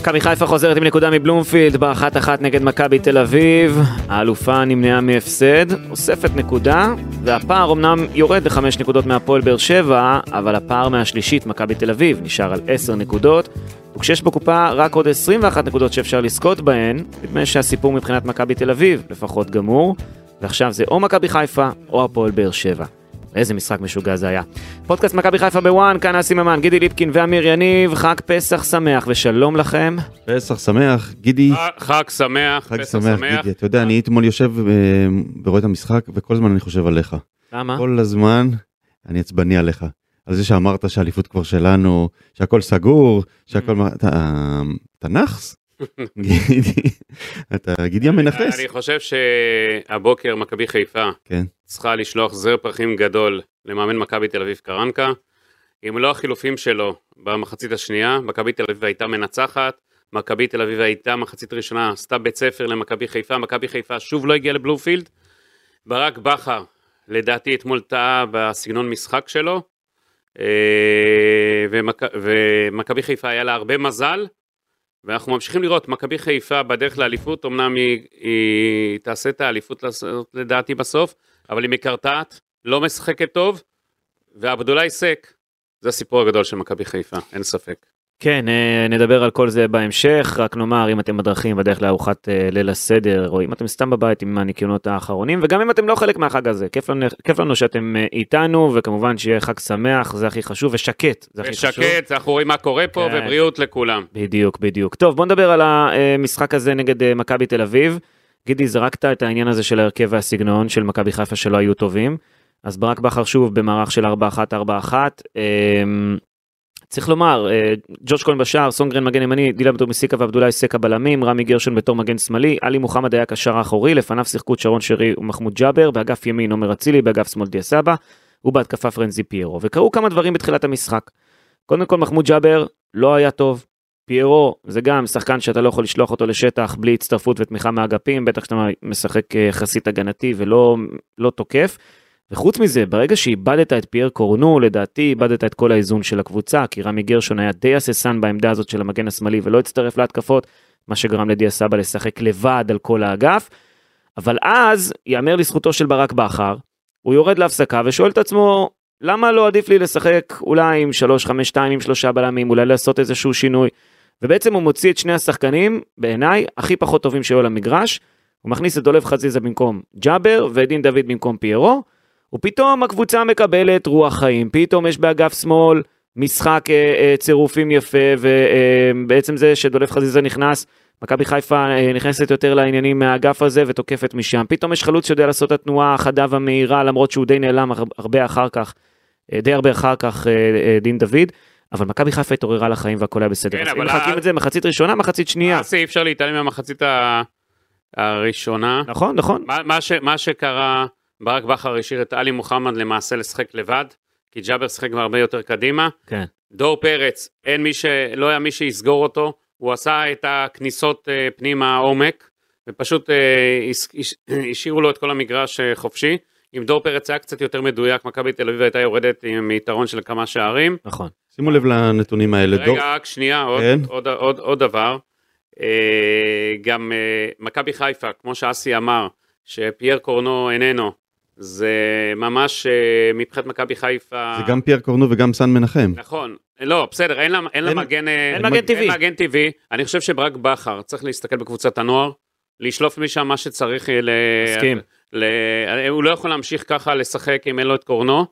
מכבי חיפה חוזרת עם נקודה מבלומפילד באחת אחת נגד מכבי תל אביב. האלופה נמנעה מהפסד, אוספת נקודה, והפער אמנם יורד לחמש נקודות מהפועל באר שבע, אבל הפער מהשלישית, מכבי תל אביב, נשאר על עשר נקודות. וכשיש בקופה רק עוד 21 נקודות שאפשר לזכות בהן, נדמה שהסיפור מבחינת מכבי תל אביב לפחות גמור, ועכשיו זה או מכבי חיפה או הפועל באר שבע. איזה משחק משוגע זה היה. פודקאסט מכבי חיפה בוואן, כאן אסי ממן, גידי ליפקין ואמיר יניב, חג פסח שמח ושלום לכם. פסח שמח, גידי, חג שמח, חג אה, פסח שמח, שמח. גידי. אתה יודע, אני אתמול יושב אה, ורואה את המשחק, וכל הזמן אני חושב עליך. אה? למה? כל הזמן אני עצבני עליך. על זה שאמרת שהאליפות כבר שלנו, שהכל סגור, Mm. שהכל... מה- אתה אתה נאחס? גידי, אתה גידי המנכס. אני חושב שהבוקר מכבי חיפה כן. צריכה לשלוח זר פרחים גדול למאמן מכבי תל אביב קרנקה. אם לא החילופים שלו במחצית השנייה, מכבי תל אביב הייתה מנצחת, מכבי תל אביב הייתה מחצית ראשונה, עשתה בית ספר למכבי חיפה, מכבי חיפה שוב לא הגיעה לבלומפילד. ברק בכר, לדעתי אתמול טעה בסגנון משחק שלו, אה, ומכ... ומכבי חיפה היה לה הרבה מזל, ואנחנו ממשיכים לראות, מכבי חיפה בדרך לאליפות, אמנם היא, היא תעשה את האליפות לס- לדעתי בסוף, אבל היא מקרטעת, לא משחקת טוב, ועבדולאי סק, זה הסיפור הגדול של מכבי חיפה, אין ספק. כן, אה, נדבר על כל זה בהמשך, רק נאמר, אם אתם בדרכים בדרך לארוחת אה, ליל הסדר, או אם אתם סתם בבית עם הניקיונות האחרונים, וגם אם אתם לא חלק מהחג הזה, כיף לנו, כיף לנו שאתם אה, איתנו, וכמובן שיהיה חג שמח, זה הכי חשוב, ושקט, זה הכי חשוב. ושקט, אנחנו רואים מה קורה פה, כן. ובריאות לכולם. בדיוק, בדיוק. טוב, בוא נדבר על המשחק הזה נגד אה, מכבי תל אביב. גידי, זרקת את העניין הזה של ההרכב והסגנון של מכבי חיפה שלא היו טובים. אז ברק בכר שוב במערך של 4-1-4-1. אמ, צריך לומר, אה, ג'וש כהן בשער, סונגרן מגן ימני, דילם דומיסיקה ועבדולאי סקה בלמים, רמי גרשון בתור מגן שמאלי, עלי מוחמד היה קשר האחורי, לפניו שיחקו את שרון שרי ומחמוד ג'אבר, באגף ימין עומר אצילי, באגף שמאל דיה סבא, ובהתקפה פרנזי פיירו. וקרו כמה דברים בתחילת המשחק. קודם כל מחמוד ג'אבר לא היה טוב, פיירו זה גם שחקן שאתה לא יכול לשלוח אותו לשטח בלי הצטרפות ותמיכה מאגפים, בטח כשאתה משחק אה, יחסית הגנתי ולא לא תוקף. וחוץ מזה, ברגע שאיבדת את פייר קורנו, לדעתי איבדת את כל האיזון של הקבוצה, כי רמי גרשון היה די הססן בעמדה הזאת של המגן השמאלי ולא הצטרף להתקפות, מה שגרם לדיה סבא לשחק לבד על כל האגף. אבל אז, ייאמר לזכותו של ברק בכר, הוא יורד להפסקה ושואל את עצמו, למה לא עדיף לי לשחק אולי עם 3-5-2 עם שלושה בלמים, אולי לעשות איזשהו שינוי? ובעצם הוא מוציא את שני השחקנים, בעיניי, הכי פחות טובים שהיו על המגרש. הוא מכניס את דולב חזיזה במקום ג'אבר, ואת דין דוד במקום פיירו, ופתאום הקבוצה מקבלת רוח חיים, פתאום יש באגף שמאל משחק אה, אה, צירופים יפה, ובעצם זה שדולב חזיזה נכנס, מכבי חיפה אה, נכנסת יותר לעניינים מהאגף הזה ותוקפת משם. פתאום יש חלוץ שיודע לעשות את התנועה החדה והמהירה, למרות שהוא די נעלם הר- הרבה אחר כך, אה, די הרבה אחר כך אה, אה, דין דוד. אבל מכבי חיפה התעוררה לחיים והכל היה בסדר. כן, אז אם אבל מחלקים ה- את זה מחצית ראשונה, מחצית שנייה. אז אי אפשר להתעלם מהמחצית ה- הראשונה. נכון, נכון. מה, מה, ש, מה שקרה, ברק בכר השאיר את עלי מוחמד למעשה לשחק לבד, כי ג'אבר שחק הרבה יותר קדימה. כן. דור פרץ, אין מי ש... לא היה מי שיסגור אותו, הוא עשה את הכניסות אה, פנימה עומק, ופשוט אה, הס- הש- השאירו לו את כל המגרש אה, חופשי. אם דור פרץ היה קצת יותר מדויק, מכבי תל אביב הייתה יורדת עם יתרון של כמה שערים. נכון. שימו לב לנתונים האלה, דור. רגע, רק שנייה, עוד, כן. עוד, עוד, עוד דבר. אה, גם אה, מכבי חיפה, כמו שאסי אמר, שפייר קורנו איננו, זה ממש אה, מבחינת מכבי חיפה... זה גם פייר קורנו וגם סן מנחם. נכון, לא, בסדר, אין לה, אין לה אין- מגן... אה, אין מגן טבעי. אין מגן טבעי. אני חושב שברק בכר צריך להסתכל בקבוצת הנוער, לשלוף משם מה שצריך אה, ל... מסכים. ל... הוא לא יכול להמשיך ככה לשחק אם אין לו את קורנו,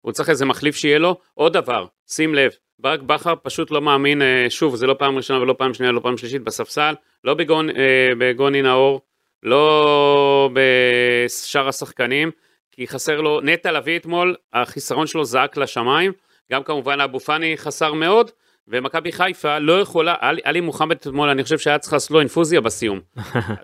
הוא צריך איזה מחליף שיהיה לו. עוד דבר, שים לב, ברק בכר פשוט לא מאמין, אה, שוב, זה לא פעם ראשונה ולא פעם שנייה ולא פעם שלישית בספסל, לא בגון, אה, בגוני נאור, לא בשאר השחקנים, כי חסר לו, נטע לביא אתמול, החיסרון שלו זעק לשמיים, גם כמובן אבו פאני חסר מאוד, ומכבי חיפה לא יכולה, עלי, עלי מוחמד אתמול, אני חושב שהיה צריך לעשות לו אינפוזיה בסיום.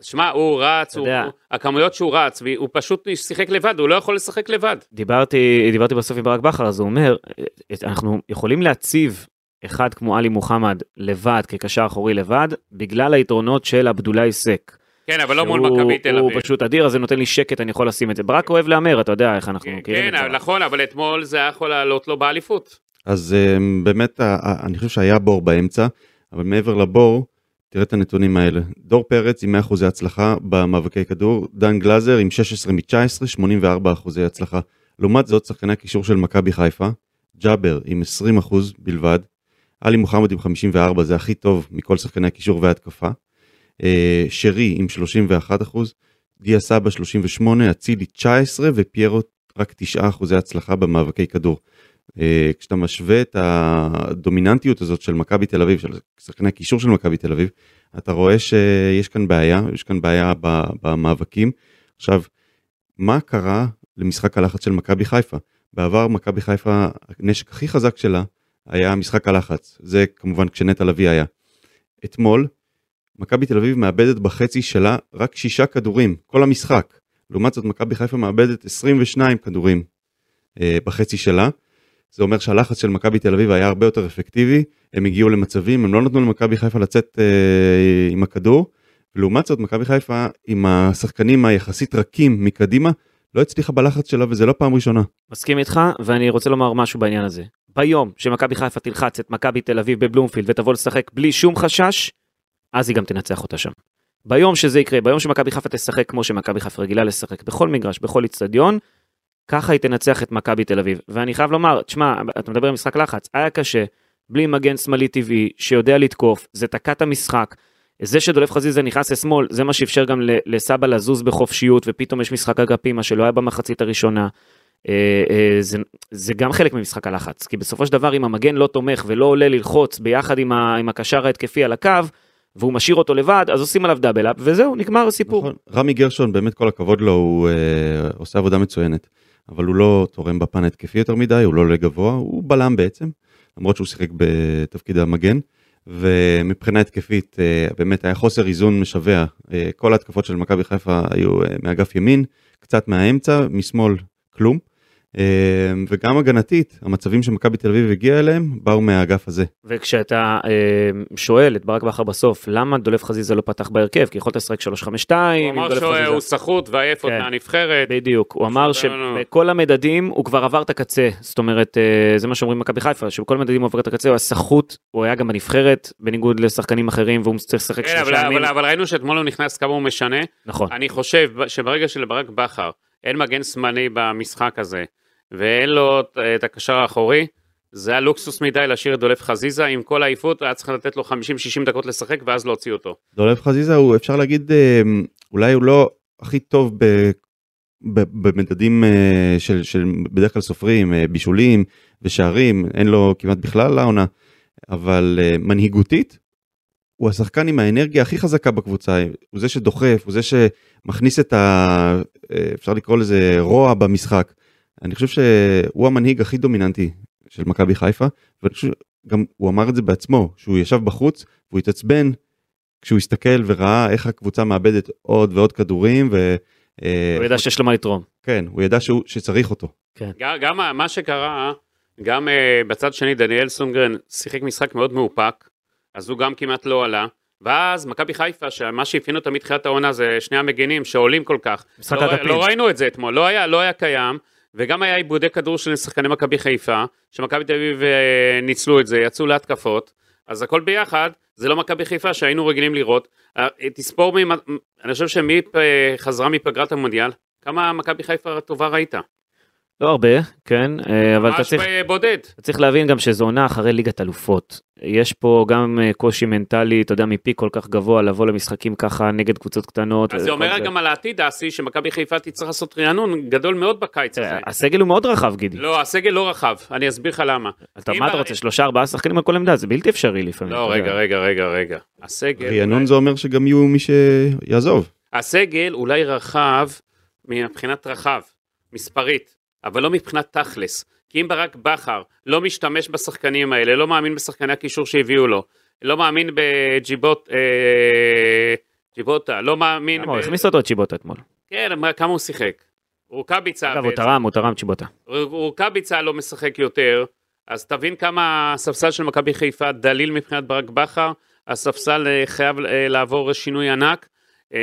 שמע, הוא רץ, הוא, יודע. הוא, הכמויות שהוא רץ, והוא פשוט שיחק לבד, הוא לא יכול לשחק לבד. דיברתי, דיברתי בסוף עם ברק בכר, אז הוא אומר, "אה, אנחנו יכולים להציב אחד כמו עלי מוחמד לבד, כקשר אחורי לבד, בגלל היתרונות של עבדולאי סק. כן, אבל לא מול שהוא- מכבי תל הוא אביב. פשוט אדיר, אז זה נותן לי שקט, אני יכול לשים את זה. ברק אוהב להמר, אתה יודע איך אנחנו מכירים כן, את זה. נכון, אבל אתמול זה היה יכול לעלות לו באליפות. אז אמ, באמת, ה- ה- אני חושב שהיה בור באמצע, אבל מעבר לבור, תראה את הנתונים האלה. דור פרץ עם 100% הצלחה במאבקי כדור, דן גלאזר עם 16 מ-19, 84% הצלחה. לעומת זאת, שחקני הקישור של מכבי חיפה, ג'אבר עם 20% בלבד, עלי מוחמד עם 54, זה הכי טוב מכל שחקני הקישור וההתקפה. אה, שרי עם 31%, דיה סבא 38, אצילי 19 ופיירו רק 9% הצלחה במאבקי כדור. אה, כשאתה משווה את הדומיננטיות הזאת של מכבי תל אביב, של שחקני הקישור של מכבי תל אביב, אתה רואה שיש כאן בעיה, יש כאן בעיה ב- במאבקים. עכשיו, מה קרה למשחק הלחץ של מכבי חיפה? בעבר מכבי חיפה, הנשק הכי חזק שלה היה משחק הלחץ. זה כמובן כשנטע לביא היה. אתמול, מכבי תל אביב מאבדת בחצי שלה רק שישה כדורים, כל המשחק. לעומת זאת, מכבי חיפה מאבדת 22 כדורים אה, בחצי שלה. זה אומר שהלחץ של מכבי תל אביב היה הרבה יותר אפקטיבי, הם הגיעו למצבים, הם לא נתנו למכבי חיפה לצאת אה, עם הכדור. לעומת זאת, מכבי חיפה עם השחקנים היחסית רכים מקדימה, לא הצליחה בלחץ שלה וזה לא פעם ראשונה. מסכים איתך, ואני רוצה לומר משהו בעניין הזה. ביום שמכבי חיפה תלחץ את מכבי תל אביב בבלומפילד ותבוא לשחק בלי שום חשש, אז היא גם תנצח אותה שם. ביום שזה יקרה, ביום שמכבי חיפה תשחק כמו שמכבי חיפה רגילה לשחק, בכל מגרש, בכל איצטדיון, ככה היא תנצח את מכבי תל אביב. ואני חייב לומר, תשמע, אתה מדבר על משחק לחץ, היה קשה, בלי מגן שמאלי טבעי, שיודע לתקוף, זה תקע את המשחק. זה שדולף חזיזה נכנס לשמאל, זה מה שאפשר גם ל- לסבא לזוז בחופשיות, ופתאום יש משחק אגפים, מה שלא היה במחצית הראשונה. אה, אה, זה, זה גם חלק ממשחק הלחץ, כי בסופו של דבר אם המגן לא תומך ולא עולה ללחוץ ביחד עם, ה, עם הקשר ההתקפי על הקו, והוא משאיר אותו לבד, אז עושים עליו דאבל אפ, וזהו, נגמר הסיפור. נכון. רמי גרשון, באמת כל הכבוד לו, הוא אה, עושה עבודה מצוינת, אבל הוא לא תורם בפן התקפי יותר מדי, הוא לא עולה גבוה, הוא בלם בעצם, למרות שהוא שיחק בתפקיד המגן, ומבחינה התקפית אה, באמת היה חוסר איזון משווע, אה, כל ההתקפות של מכבי חיפה היו אה, מאגף ימין, קצת מהאמצע, משמאל כלום, אה, וגם הגנתית, המצבים שמכבי תל אביב הגיעה אליהם, באו מהאגף הזה. וכשאתה אה, שואל את ברק בכר בסוף, למה דולף חזיזה לא פתח בהרכב? כי יכולת לשחק 3-5-2, הוא עם אמר דולף חזיזה. שהוא סחוט ועייף עוד כן. מהנבחרת. בדיוק, הוא אמר לא, לא, לא. שבכל המדדים הוא כבר עבר את הקצה, זאת אומרת, אה, זה מה שאומרים במכבי חיפה, שבכל המדדים הוא עבר את הקצה, הוא היה סחוט, הוא היה גם בנבחרת, בניגוד לשחקנים אחרים, והוא צריך לשחק כן, אבל- שלושה ימים. אבל- אבל ראינו שאתמול הוא נכנס כמה הוא משנה. נכון, אני חושב שברגע שלברק בכר אין מגן שמאלי במשחק הזה, ואין לו את הקשר האחורי, זה היה לוקסוס מדי להשאיר את דולף חזיזה עם כל העייפות, היה צריך לתת לו 50-60 דקות לשחק ואז להוציא אותו. דולב חזיזה הוא אפשר להגיד אה, אולי הוא לא הכי טוב ב, ב, במדדים אה, של, של בדרך כלל סופרים אה, בישולים ושערים אין לו כמעט בכלל לעונה אבל אה, מנהיגותית. הוא השחקן עם האנרגיה הכי חזקה בקבוצה, הוא זה שדוחף, הוא זה שמכניס את ה... אה, אפשר לקרוא לזה רוע במשחק. אני חושב שהוא המנהיג הכי דומיננטי של מכבי חיפה, ואני חושב שגם הוא אמר את זה בעצמו, שהוא ישב בחוץ והוא התעצבן כשהוא הסתכל וראה איך הקבוצה מאבדת עוד ועוד כדורים ו... אה, הוא ידע שיש לו מה לתרום. לא כן, הוא ידע שהוא, שצריך אותו. גם, גם ה- מה שקרה, גם uh, בצד שני דניאל סונגרן שיחק משחק מאוד מאופק, אז הוא גם כמעט לא עלה. ואז מכבי חיפה, שמה שאפיין אותה מתחילת העונה זה שני המגינים שעולים כל כך. משחק לא, אגפים. לא ראינו את זה אתמול, לא היה, לא היה קיים, וגם היה עיבודי כדור של שחקני מכבי חיפה, שמכבי תל אביב אה, ניצלו את זה, יצאו להתקפות, אז הכל ביחד, זה לא מכבי חיפה שהיינו רגילים לראות. אה, תספור, מי, אני חושב שמי אה, חזרה מפגרת המונדיאל, כמה מכבי חיפה טובה ראית? לא הרבה, כן, אה, אבל אתה ממש צריך... אה, בודד. אתה צריך להבין גם שזו עונה אחרי ליגת אלופות. יש פה גם אה, קושי מנטלי, אתה יודע, מפי כל כך גבוה לבוא למשחקים ככה נגד קבוצות קטנות. אז זה וכל אומר גם על העתיד האסי, שמכבי חיפה תצטרך לעשות רענון גדול מאוד בקיץ הזה. תראה, אה, הסגל הוא מאוד רחב, גידי. לא, הסגל לא רחב, אני אסביר לך למה. אתה אם מה אתה הרי- רוצה, שלושה ארבעה שחקנים על כל עמדה? זה בלתי אפשרי לפעמים. לא, אתה רגע, יודע. רגע, רגע, רגע. הסגל... רענון זה אומר שגם יהיו מי שיעזוב. הסגל אולי רחב מבחינת רחב, מספרית, אבל לא מבחינת תכלס. כי אם ברק בכר לא משתמש בשחקנים האלה, לא מאמין בשחקני הקישור שהביאו לו, לא מאמין בג'יבוט... אה, ג'יבוטה, לא מאמין... למה, אה, הוא ב- הכניס אותו את צ'יבוטה אתמול. כן, מה- כמה הוא שיחק. רוקאביצה... אגב, ו- הוא תרם, הוא תרם צ'יבוטה. רוקאביצה לא משחק יותר, אז תבין כמה הספסל של מכבי חיפה דליל מבחינת ברק בכר, הספסל אה, חייב אה, לעבור שינוי ענק. אה,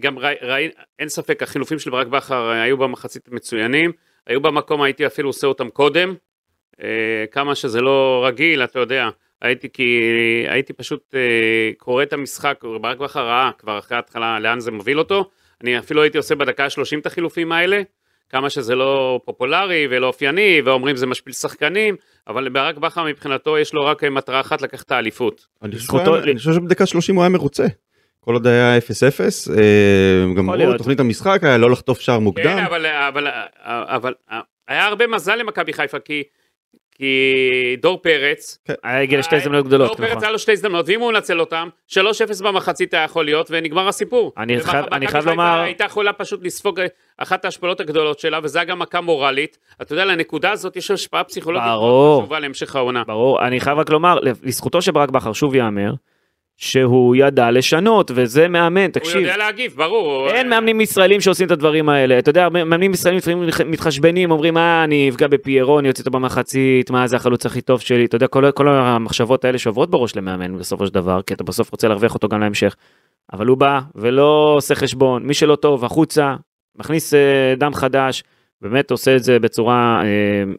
גם ראי, ראי, אין ספק, החילופים של ברק בכר אה, היו במחצית מצוינים, היו במקום, הייתי אפילו עושה אותם קודם, אה, כמה שזה לא רגיל, אתה יודע, הייתי, כי, הייתי פשוט אה, קורא את המשחק, ברק בכר ראה כבר אחרי ההתחלה לאן זה מוביל אותו, אני אפילו הייתי עושה בדקה ה-30 את החילופים האלה, כמה שזה לא פופולרי ולא אופייני, ואומרים זה משפיל שחקנים, אבל ברק בכר מבחינתו יש לו רק אה, מטרה אחת, לקחת את האליפות. אני חושב זכותו- שהוא היה- אני חושב שבדקה 30 הוא היה מרוצה. כל עוד היה 0-0, אה, גם להיות. אמרו, תוכנית המשחק היה לא לחטוף שער כן, מוקדם. אבל, אבל, אה, אבל היה הרבה מזל למכבי חיפה, כי, כי דור פרץ, היה אה, אה, הגיע לשתי הזדמנויות גדולות, דור פרץ נכון. היה לו שתי הזדמנויות, ואם הוא מנצל אותן, 3-0 במחצית היה יכול להיות, ונגמר הסיפור. אני ומכ- חייב- אני מכבי חייב חיפה לומר- הייתה יכולה פשוט לספוג אה, אחת ההשפלות הגדולות שלה, וזה היה גם מכה מורלית. אתה יודע, לנקודה הזאת יש השפעה פסיכולוגית מאוד ברור. חשובה להמשך העונה. ברור, אני חייב רק לומר, לזכותו של ברק בכר, שוב ייאמר, שהוא ידע לשנות, וזה מאמן, הוא תקשיב. יודע להגיב, ברור. אין מאמנים ישראלים שעושים את הדברים האלה. אתה יודע, הרבה מאמנים ישראלים לפעמים מתחשבנים, אומרים, אה, אני אפגע בפיירו, אני אוציא אותו במחצית, מה, זה החלוץ הכי טוב שלי. אתה יודע, כל, כל המחשבות האלה שעוברות בראש למאמן בסופו של דבר, כי אתה בסוף רוצה להרוויח אותו גם להמשך. אבל הוא בא ולא עושה חשבון, מי שלא טוב, החוצה, מכניס אה, דם חדש, באמת עושה את זה בצורה אה,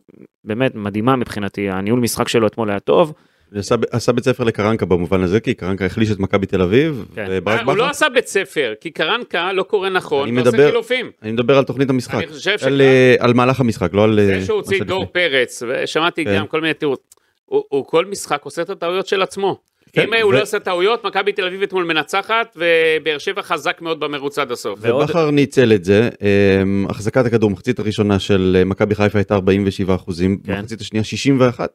באמת מדהימה מבחינתי. הניהול משחק שלו אתמול היה טוב. עשה- עשה בית ספר לקרנקה במובן הזה, כי קרנקה החליש את מכבי תל אביב, כן. וברק הוא לא בכר, עשה בית ספר, כי קרנקה לא קורא נכון, אני ועושה מדבר- חילופים. אני מדבר על תוכנית המשחק. אני חושב על, שכאן- אה, על מהלך המשחק, לא על... אה, זה מה שהוא הוציא את שלפני. דור פרץ, ושמעתי כן. גם כל מיני תיאור, הוא הוא כל משחק עושה את הטעויות של עצמו. כן, אם הוא ו- לא עושה טעויות, מכבי תל אביב אתמול מנצחת, ובאר שבע חזק מאוד במרוץ עד הסוף. ועוד- ובכר ניצל את זה, אמ, החזקת הכדור, מחצית הראשונה של אה, מכבי חיפה הייתה 47 אחוזים, כן. מחצית השנייה 61.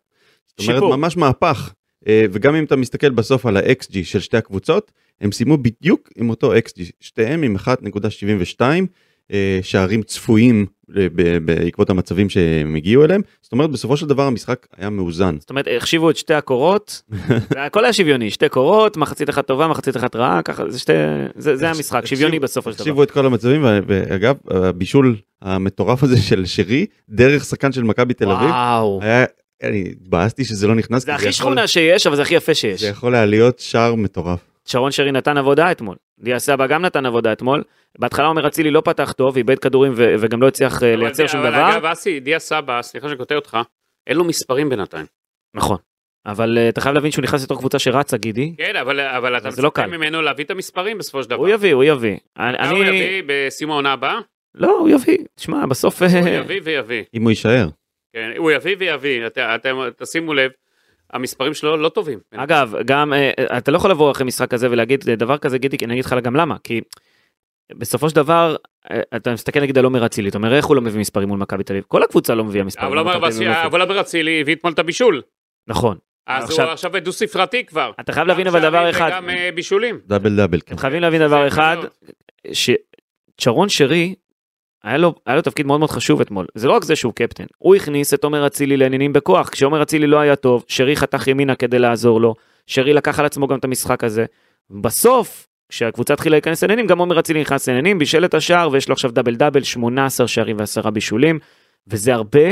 זאת אומרת, שיפור. ממש מהפך. אה, וגם אם אתה מסתכל בסוף על ה-XG של שתי הקבוצות, הם סיימו בדיוק עם אותו XG, שתיהם עם 1.72 אה, שערים צפויים אה, ב- בעקבות המצבים שהם הגיעו אליהם. זאת אומרת, בסופו של דבר המשחק היה מאוזן. זאת אומרת, החשיבו את שתי הקורות, והכל היה שוויוני, שתי קורות, מחצית אחת טובה, מחצית אחת רעה, ככה, זה שתי, זה, זה המשחק, שוויוני החשיבו- בסופו של דבר. החשיבו את כל המצבים, ו- ואגב, הבישול המטורף הזה של שרי, דרך שחקן של מכבי תל אביב, וואו, היה, אני התבאסתי שזה לא נכנס. זה כי הכי יכול- שכונה שיש, אבל זה הכי יפה שיש. זה יכול היה להיות שער מטורף. שרון שרי נתן עבודה אתמול, דיה סבא גם נתן עבודה אתמול, בהתחלה עומר אצילי לא פתח טוב, איבד כדורים ו- וגם לא הצליח אה, אבל- לייצר שום אבל דבר, אגב, אסי, דיה סבא, סליחה שאני קוטע אותך, אין לו מספרים בינתיים. נכון, אבל אה, אתה חייב להבין שהוא נכנס לתוך קבוצה שרצה, גידי, כן, אבל- אבל אתה זה לא מצפה קל. ממנו להביא את המספרים בסופו של דבר. הוא יביא, הוא יביא, מה הוא אני, יביא בסיום העונה הבאה? לא, הוא יביא, תשמע, בסוף, אה, הוא יביא ויביא. אם הוא יישאר. כן, הוא יביא ויביא. את- אתם תשימו לב, המספרים שלו לא טובים. אגב, גם אה, אתה לא יכול לבוא אחרי משחק כזה ולהגיד אה, דבר כזה, גידי, כי אני אגיד לך גם למה, כי בסופו של דבר, אה, אתה מסתכל נגיד על עומר אצילי, אתה אומר איך הוא לא מביא מספרים מול מכבי תל אביב, כל הקבוצה לא מביאה מספרים. אבל מול עומר מכבי תל אביב. בס- אבל עומר אצילי הביא אתמול את הבישול. נכון, אז עכשיו- הוא עכשיו דו ספרתי כבר. אתה חייב להבין אבל דבר אחד, גם אה, בישולים. דאבל דאבל. כן. אתם חייבים להבין דבר זה אחד, מאוד. ששרון שרי, היה לו, היה לו תפקיד מאוד מאוד חשוב אתמול, זה לא רק זה שהוא קפטן, הוא הכניס את עומר אצילי לעניינים בכוח, כשעומר אצילי לא היה טוב, שרי חתך ימינה כדי לעזור לו, שרי לקח על עצמו גם את המשחק הזה, בסוף, כשהקבוצה התחילה להיכנס לעניינים, גם עומר אצילי נכנס לעניינים, בישל את השער ויש לו עכשיו דאבל דאבל, 18 שערים ועשרה בישולים, וזה הרבה,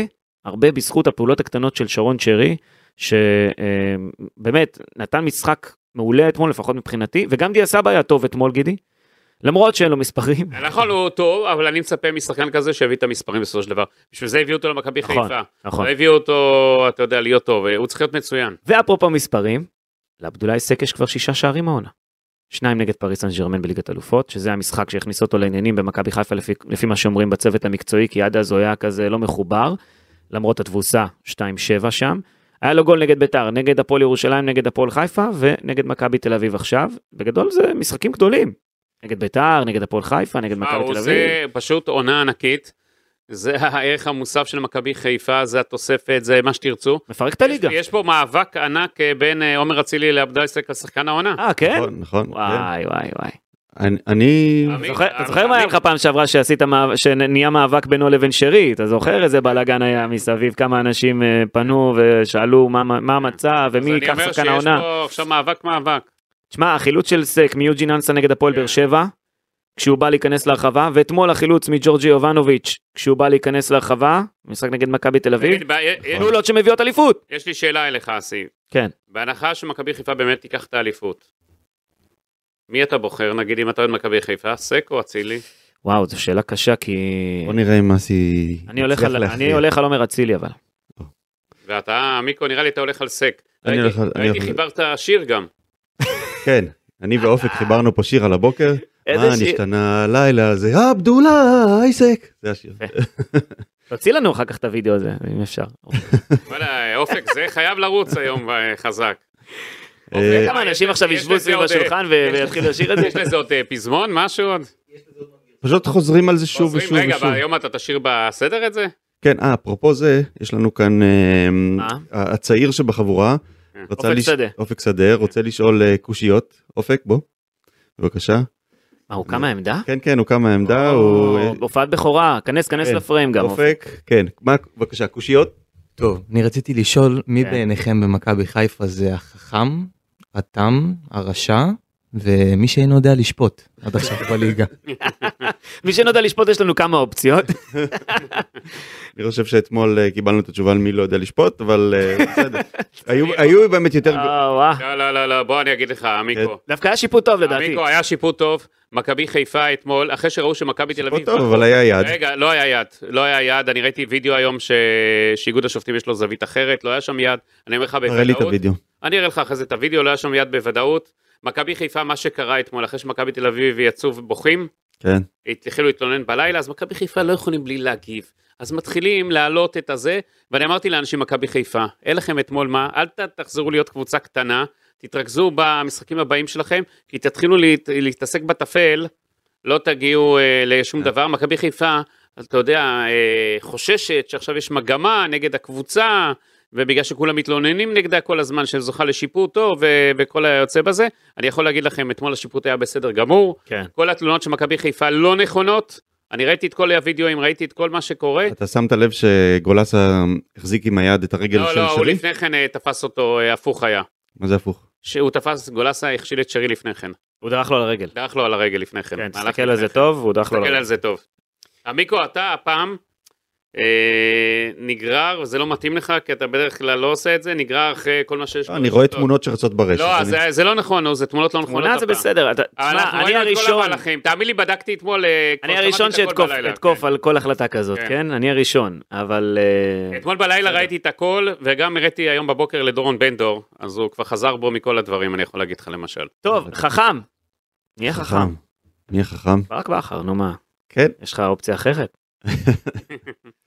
הרבה בזכות הפעולות הקטנות של שרון שרי, שבאמת נתן משחק מעולה אתמול, לפחות מבחינתי, וגם דיה סבא היה טוב אתמול, גידי, למרות שאין לו מספרים. נכון, הוא טוב, אבל אני מצפה משחקן כזה שיביא את המספרים בסופו של דבר. בשביל זה הביאו אותו למכבי נכון, חיפה. נכון. לא הביאו אותו, אתה יודע, להיות טוב, הוא צריך להיות מצוין. ואפרופו מספרים, לעבדולאי סק יש כבר שישה שערים העונה. שניים נגד פריס סן ג'רמן בליגת אלופות, שזה המשחק שהכניס אותו לעניינים במכבי חיפה לפי, לפי מה שאומרים בצוות המקצועי, כי עד אז הוא היה כזה לא מחובר, למרות התבוסה 2-7 שם. היה לו גול נגד ביתר, נגד הפועל ירושלים, נגד הפועל חיפה ונגד מכבי תל אביב עכשיו. בגדול זה משחקים גדולים. נגד ביתר, נגד הפועל חיפה, נגד אה, מכבי הוא תל אביב. עושה פשוט עונה ענקית. זה הערך המוסף של מכבי חיפה, זה התוספת, זה מה שתרצו. מפרק את הליגה. יש פה מאבק ענק אה, בין אה, עומר אצילי לעבדאי סק לשחקן העונה. אה, כן? נכון, נכון. כן. וואי, וואי, וואי. אני- אני... אמין. זוכר- אתה אני- זוכר מה היה אני- לך פעם שעברה שעשית, מאב- שנהיה מאבק בינו לבין שרי, אתה זוכר איזה בלאגן היה מסביב, כמה אנשים אה, פנו ושאלו מה- מה המצב ומי ייקח שחקן אז אני אומר שיש העונה. פה עכשיו מאבק מאבק. תשמע, החילוץ של סק מיוג'ין אנסה נגד הפועל כן. באר שבע, כשהוא בא להיכנס להרחבה, ואתמול החילוץ מג'ורג'י יובנוביץ', כשהוא בא להיכנס להרחבה, משחק נגד מכבי תל אביב, תגיד, ב- אה, פעולות שמביאות אליפות. יש לי שאלה אליך, אסי. כן. בהנחה שמכבי חיפה באמת תיקח את האליפות, מי אתה בוחר, נגיד, אם אתה אוהד מכבי חיפה, סק או אצילי? וואו, זו שאלה קשה, כי... בוא נראה אם אסי אני הולך יצליח על- אני להכריע. הולך על עומר אצילי, אבל. ואתה, מיקו, נראה לי אתה הולך על סק. אני ראיתי- הולך על- אני ראיתי הולך- חיברת שיר גם. כן, אני ואופק חיברנו פה שיר על הבוקר, אה. איזה מה שיר. נשתנה הלילה זה עבדולה אייסק, זה השיר. תוציא לנו אחר כך את הוידאו הזה, אם אפשר. וואלה, אופק, זה חייב לרוץ היום אה, חזק. אה, אופק, כמה יש אנשים לזה- עכשיו יש ישבו לזה סביב עוד, אה, השולחן ו- ויתחילו לשיר את זה? יש לזה עוד אה, פזמון, משהו עוד? פשוט חוזרים על זה שוב עוזרים, ושוב רגע, ושוב. היום אתה תשאיר בסדר את זה? כן, אה, אפרופו זה, יש לנו כאן אה, אה? הצעיר שבחבורה, אה. רצה אופק לש- שדה. אופק שדה, רוצה לשאול אה, קושיות, אופק בוא, בבקשה. מה, הוא קם העמדה? כן כן, הוא קם אה, מהעמדה, הוא... אה, או, אוקיי, הופעת בכורה, כנס, כנס כן. לפריים גם. אופק, כן, מה, בבקשה, קושיות? טוב, אני רציתי לשאול, מי כן. בעיניכם במכבי חיפה זה החכם, התם, הרשע, ומי שאינו יודע לשפוט עד עכשיו בליגה? מי שאינו יודע לשפוט יש לנו כמה אופציות. אני חושב שאתמול אה, קיבלנו את התשובה על מי לא יודע לשפוט, אבל אה, בסדר. היו- היו באמת יותר... אה, וואו. לא, לא, לא, לא, בוא אני אגיד לך, עמיקו. כן. דווקא היה שיפוט טוב לדעתי. עמיקו, היה שיפוט טוב, מכבי חיפה אתמול, אחרי שראו שמכבי תל פה אביב... טוב, אבל היה יד. רגע, לא היה יד, לא היה יד, אני ראיתי וידאו היום ש- שאיגוד השופטים יש לו זווית אחרת, לא היה שם יד, אני אומר לך תראה לי את בוודאות, הוידאו. אני אראה לך אחרי זה את הוידאו, לא היה שם יד בוודאות. מכבי חיפה, מה שקרה אתמול, אחרי שמכבי תל אביב יצאו ובוכים, כן. אוקיי. התחילו להתלונן בלילה, אז מכבי חיפה לא יכולים בלי להגיב. אז מתחילים להעלות את הזה, ואני אמרתי לאנשים מכבי חיפה, אין לכם אתמול מה, אל ת- תחזרו להיות קבוצה קטנה, תתרכזו במשחקים הבאים שלכם, כי תתחילו להת, להתעסק בטפל, לא תגיעו אה, לשום דבר. מכבי חיפה, אתה יודע, אה, חוששת שעכשיו יש מגמה נגד הקבוצה, ובגלל שכולם מתלוננים נגדה כל הזמן, שזוכה לשיפוט טוב ו- וכל היוצא בזה, אני יכול להגיד לכם, אתמול השיפוט היה בסדר גמור, כן. כל התלונות של מכבי חיפה לא נכונות, אני ראיתי את כל הווידאוים, ראיתי את כל מה שקורה. אתה שמת לב שגולסה החזיק עם היד את הרגל לא, של לא, הוא שלי? לפני כן אה, תפס אותו, אה, הפוך היה. מה זה הפוך? שהוא תפס, גולסה הכשיל את שרי לפני כן. הוא דרך לו על הרגל. דרך לו על הרגל לפני כן. כן, מהלך תסתכל לפני על זה כן. טוב, הוא דרך לו על תסתכל הרגל. על זה טוב. עמיקו, אתה הפעם אה, נגרר, וזה לא מתאים לך, כי אתה בדרך כלל לא עושה את זה, נגרר אחרי כל מה שיש. לא, פה אני רואה לשתות. תמונות אה, שרצות ברשת. לא, אז זה- זה לא נכון, נו, זה תמונות לא נכונות. תמונה זה הפעם. בסדר. אתה- אנחנו תשמע, אני ראינו את כל הראשון. המהלכים, תאמין לי, בדקתי אתמול, אה, כבר אני שמעתי הראשון את הכל שאתקוף בלילה, אתקוף כן. על כל החלטה כזאת, כן. כן? אני הראשון, אבל... אה, אתמול בלילה ראיתי את הכל, וגם הראיתי היום בבוקר לדורון בן דור, אז הוא כבר חזר בו מכל הדברים, אני יכול להגיד לך למשל. טוב, חכם. נהיה חכם. חכם. מי החכם? ברק בכר, נו מה, כן. יש לך אופציה אחרת?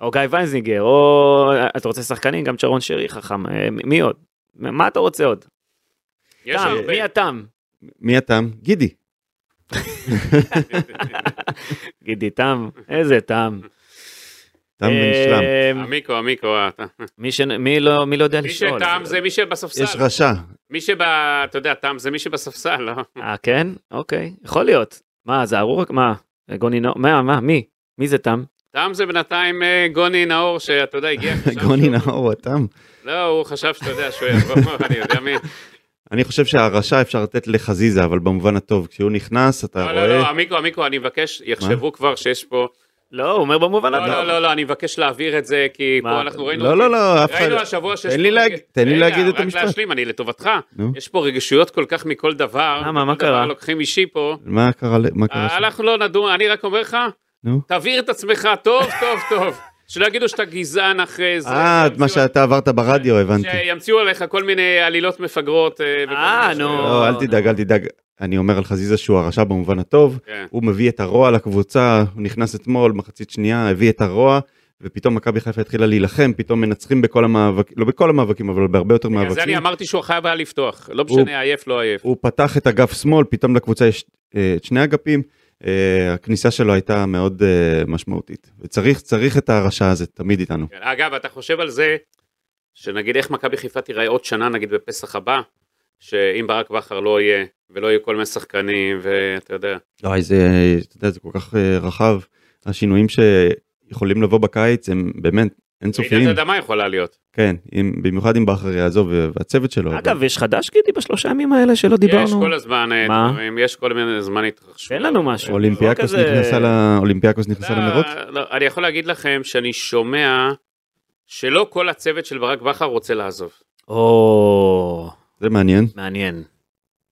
או גיא וייזנגר, או... אתה רוצה שחקנים? גם שרון שרי חכם. אה, מ- מי עוד? מה אתה רוצה עוד? יש תם, הרבה. מי התם? מי הטעם? גידי. גידי תם, איזה תם. טעם אה, ונשלם. עמיקו, עמיקו, אה, אתה. מי ש- מי לא- מי לא יודע מי לשאול. שתם זה מי שבספסל. אה, יש רשע. מי שב... אתה יודע, תם זה מי שבספסל, לא? אה, כן? אוקיי, יכול להיות. מה, זה ארור? מה? גוני נאור? מה, מה, מי? מי זה תם? תם זה בינתיים אה, גוני נאור, שאתה יודע, הגיע... חשב גוני שהוא- נאור הטעם. לא, הוא חשב שאתה יודע שהוא יבוא, אני יודע מי. אני חושב שהרשע אפשר לתת לחזיזה, אבל במובן הטוב. כשהוא נכנס, אתה לא, לא, לא, רואה... עמיקו, עמיקו, אני מבקש, יחשבו כבר שיש פה... לא, הוא אומר במובן לא, לא, הטוב. לא, לא, אני מבקש להעביר את זה, כי מה? פה אנחנו ראינו... לא, לא, לא, אף ראינו אחד... השבוע שיש... תן לי פה להג- רג- תן לי רגע, להגיד את רק המשפט. להשלים, אני לטובתך. נו. יש פה רגישויות כל כך מכל דבר. למה, מה כל דבר קרה? לוקחים אישי פה. מה קרה ל- מה קרה אה, שם? אנחנו לא נדון, אני רק אומר לך, נו. תבהיר את עצמך טוב, טוב, טוב. שלא יגידו שאתה גזען אחרי זה. לא אה, את מה שימציאו- שאתה עברת ברדיו, הבנתי. שימציאו עליך כל מיני עלילות מפגרות. אה, וכל אה, מיני נו. שטויות. לא, אל תדאג, אל תדאג. אני אומר על חזיזה שהוא הרשע במובן הטוב. כן. הוא מביא את הרוע לקבוצה, הוא נכנס אתמול, מחצית שנייה, הביא את הרוע, ופתאום מכבי חיפה התחילה להילחם, פתאום מנצחים בכל המאבקים, לא בכל המאבקים, אבל בהרבה יותר בגלל כן, זה מאבקים. אני אמרתי שהוא חייב היה לפתוח. לא משנה, עייף, לא עייף. הוא פתח את אגף שמאל, פתאום לקבוצה יש אה, את שני אגפים. אה, הכניסה שלו הייתה מאוד אה, משמעותית. וצריך, צריך את הרשע הזה, תמיד איתנו. כן. אגב, אתה חושב על זה, שנגיד איך מכבי חיפה תיראה עוד שנה, נגיד בפסח הבא, שאם ברק בכר לא יהיה, ולא יהיו כל מיני שחקנים, ואתה יודע. לא, איזה, אתה יודע, זה כל כך אה, רחב. השינויים שיכולים לבוא בקיץ הם באמת אינסופיים. רעידת אדמה יכולה להיות. כן, עם, במיוחד אם בכר יעזוב ו- והצוות שלו. אבל- אגב, יש חדש גידי בשלושה ימים האלה שלא יש דיברנו? כל הזמן אה, מה? דברים, יש כל מיני זמן התרחשות. תן לנו משהו. אולימפיאקוס לא כזה- נכנסה ל- אולימפיאקוס נכנסה לא, למרוץ? לא, אני יכול להגיד לכם שאני שומע שלא כל הצוות של ברק בכר רוצה לעזוב. או, זה מעניין. מעניין.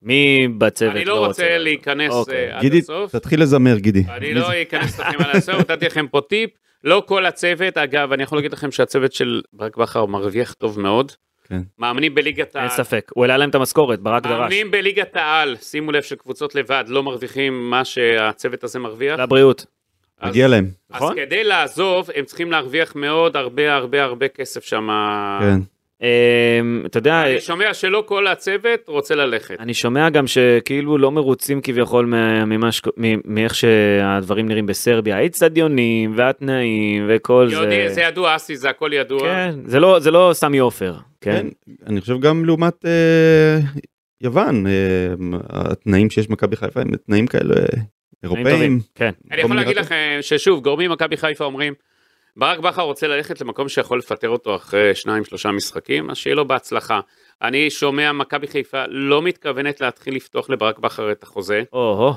מי בצוות אני לא רוצה להיכנס אוקיי. אה, עד גידי, הסוף. תתחיל לזמר גידי. אני מי לא זה? אכנס לכם על הסוף, נתתי לכם פה טיפ. לא כל הצוות, אגב, אני יכול להגיד לכם שהצוות של ברק בכר מרוויח טוב מאוד. כן. מאמנים בליגת אין העל. ספק, הוא העלה להם את המשכורת, ברק דרש. מאמנים בליגת העל, שימו לב שקבוצות לבד לא מרוויחים מה שהצוות הזה מרוויח. לבריאות. אז- מגיע להם. אז נכון? כדי לעזוב, הם צריכים להרוויח מאוד הרבה הרבה הרבה כסף שם. כן. אמ, אתה יודע, אני שומע שלא כל הצוות רוצה ללכת. אני שומע גם שכאילו לא מרוצים כביכול מה- ממה ש- מ- מאיך שהדברים נראים בסרביה, האיצטדיונים והתנאים וכל יודעים, זה זה. ידוע, אסי, זה הכל ידוע. כן, זה לא- זה לא סמי עופר, כן? כן. אני חושב גם לעומת אה, יוון, אה, התנאים שיש במכבי חיפה הם תנאים כאלה אה, תנאים טובים, אירופאים. כן. אני יכול מקום להגיד נראה טוב. לכם ששוב, גורמים מכבי חיפה אומרים, ברק בכר רוצה ללכת למקום שיכול לפטר אותו אחרי שניים שלושה משחקים, אז שיהיה לו בהצלחה. אני שומע מכבי חיפה לא מתכוונת להתחיל לפתוח לברק בכר את החוזה. או-הו.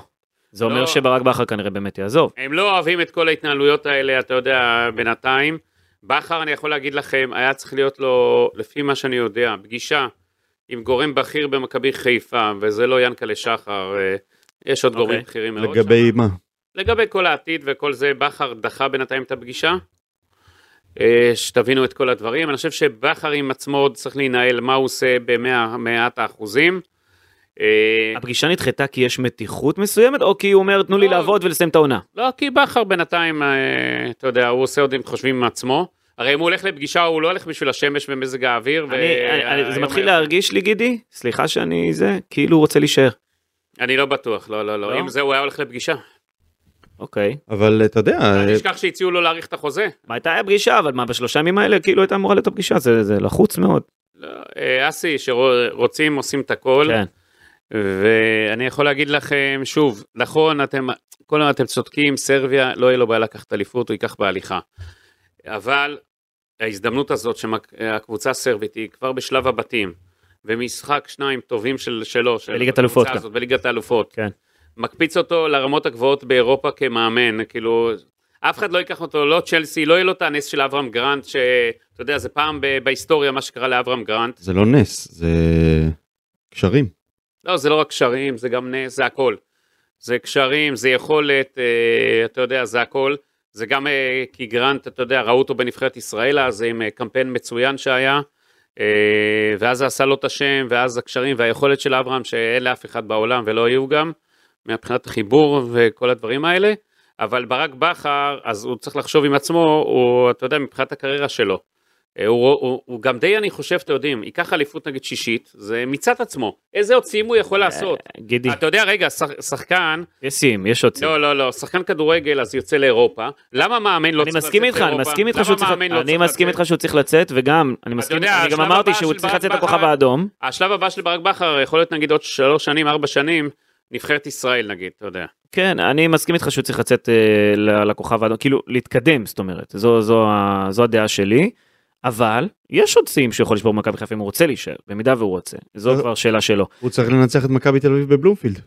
זה אומר לא. שברק בכר כנראה באמת יעזוב. הם לא אוהבים את כל ההתנהלויות האלה, אתה יודע, בינתיים. בכר, אני יכול להגיד לכם, היה צריך להיות לו, לפי מה שאני יודע, פגישה עם גורם בכיר במכבי חיפה, וזה לא ינקלה שחר, אה, יש עוד גורמים אוקיי. בכירים מאוד. לגבי שם. מה? לגבי כל העתיד וכל זה, בכר דחה בינתיים את הפגישה. אה, שתבינו את כל הדברים. אני חושב שבכר עם עצמו עוד צריך להינעל מה הוא עושה במאת האחוזים. אה, הפגישה נדחתה כי יש מתיחות מסוימת, או כי הוא אומר תנו לי לא. לעבוד ולסיים את העונה? לא, כי בכר בינתיים, אה, אתה יודע, הוא עושה עוד אם חושבים עם עצמו. הרי אם הוא הולך לפגישה, הוא לא הולך בשביל השמש ומזג האוויר. ו- אני- אני- אני- זה היום מתחיל היה- להרגיש לי גידי, סליחה שאני זה, כאילו הוא רוצה להישאר. אני לא בטוח, לא, לא, לא? לא. אם זה, הוא היה הולך לפגישה. אוקיי. אבל אתה יודע, אל אה, תשכח שהציעו לו להאריך את החוזה. מה הייתה היה פגישה, אבל מה בשלושה ימים האלה כאילו הייתה אמורה להיות הפגישה, זה זה לחוץ מאוד. לא, אה, אסי, שרוצים, עושים את הכל. כן. ואני יכול להגיד לכם, שוב, נכון, אתם, כל הזמן אתם צודקים, סרביה, לא יהיה לו בעיה לקחת אליפות, הוא ייקח בהליכה. אבל ההזדמנות הזאת שהקבוצה הסרבית היא כבר בשלב הבתים, ומשחק שניים טובים של, שלו, של בליגת הקבוצה אלופות, כן. הזאת, בליגת האלופות, כן. מקפיץ אותו לרמות הגבוהות באירופה כמאמן, כאילו, אף אחד לא ייקח אותו, לא צ'לסי, לא יהיה לו את הנס של אברהם גרנט, שאתה יודע, זה פעם ב- בהיסטוריה מה שקרה לאברהם גרנט. זה לא נס, זה קשרים. לא, זה לא רק קשרים, זה גם נס, זה הכל. זה קשרים, זה יכולת, אה, אתה יודע, זה הכל. זה גם אה, כי גרנט, אתה יודע, ראו אותו בנבחרת ישראל אז עם אה, קמפיין מצוין שהיה, אה, ואז זה עשה לו את השם, ואז הקשרים והיכולת של אברהם, שאין לאף אחד בעולם ולא יהיו גם, מבחינת החיבור וכל הדברים האלה. אבל ברק בכר, אז הוא צריך לחשוב עם עצמו, הוא, אתה יודע, מבחינת הקריירה שלו. אה, הוא, הוא, הוא גם די, אני חושב, אתם יודעים, ייקח אליפות נגיד שישית, זה מיצה את עצמו. איזה עוד שיאים הוא יכול לעשות? אה, גידי, אתה יודע, רגע, שח- שחקן, יש שיאים, יש עוד שיאים. לא, לא, לא, שחקן כדורגל אז יוצא לאירופה, למה מאמן לא אני צריך לצאת מסכים איתך, לאירופה? אני מסכים איתך שהוא צריך- למה מאמן לא אני צריך מסכים לצאת? איתך שהוא צריך לצאת, וגם, אני מסכים, יודע, אני גם השלב אמרתי הבא שהוא של צריך ברק לצאת בכר- לכוכב האדום. השלב הבא של ברק בכר יכול להיות נגיד עוד שלוש שנים, ארבע שנים, נבחרת ישראל נגיד, אתה יודע. כן, אני מסכים איתך שהוא צריך לצאת אה, ל- לכוכב האדום, כאילו להתקדם, זאת אומרת, זו, זו, ה- זו הדעה שלי, אבל יש עוד שיאים שהוא יכול לשבור במכבי חיפה אם הוא רוצה להישאר, במידה והוא רוצה, זו אז- כבר שאלה שלו. הוא צריך לנצח את מכבי תל אביב בבלומפילד.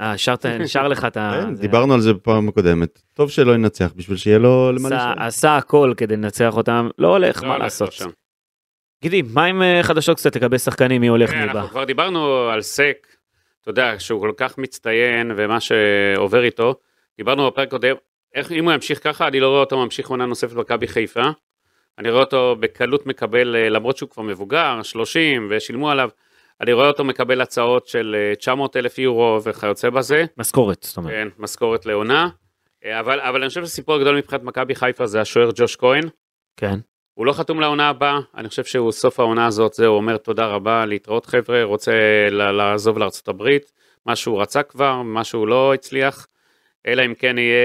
אה, שרת- נשאר לך את ה... כן, אה, זה- דיברנו על זה בפעם הקודמת. טוב שלא ינצח בשביל שיהיה לו למה עשה- לשאול. עשה הכל כדי לנצח אותם, לא הולך, לא מה הולך לעשות. לשם. גידי, מה עם אה, חדשות קצת לגבי שחקנים, מי הולך כן, מי בא? אנחנו כבר דיברנו על סק, אתה יודע, שהוא כל כך מצטיין ומה שעובר איתו. דיברנו בפרק קודם, איך, אם הוא ימשיך ככה, אני לא רואה אותו ממשיך עונה נוספת במכבי חיפה. אני רואה אותו בקלות מקבל, אה, למרות שהוא כבר מבוגר, 30, ושילמו עליו, אני רואה אותו מקבל הצעות של אה, 900 אלף יורו וכיוצא בזה. משכורת, זאת אומרת. כן, משכורת לעונה. אה, אבל, אבל אני חושב שהסיפור הגדול מבחינת מכבי חיפה זה השוער ג'וש כהן. כן. הוא לא חתום לעונה הבאה, אני חושב שהוא סוף העונה הזאת, זהו, אומר תודה רבה, להתראות חבר'ה, רוצה ל- לעזוב לארה"ב, מה שהוא רצה כבר, מה שהוא לא הצליח, אלא אם כן יהיה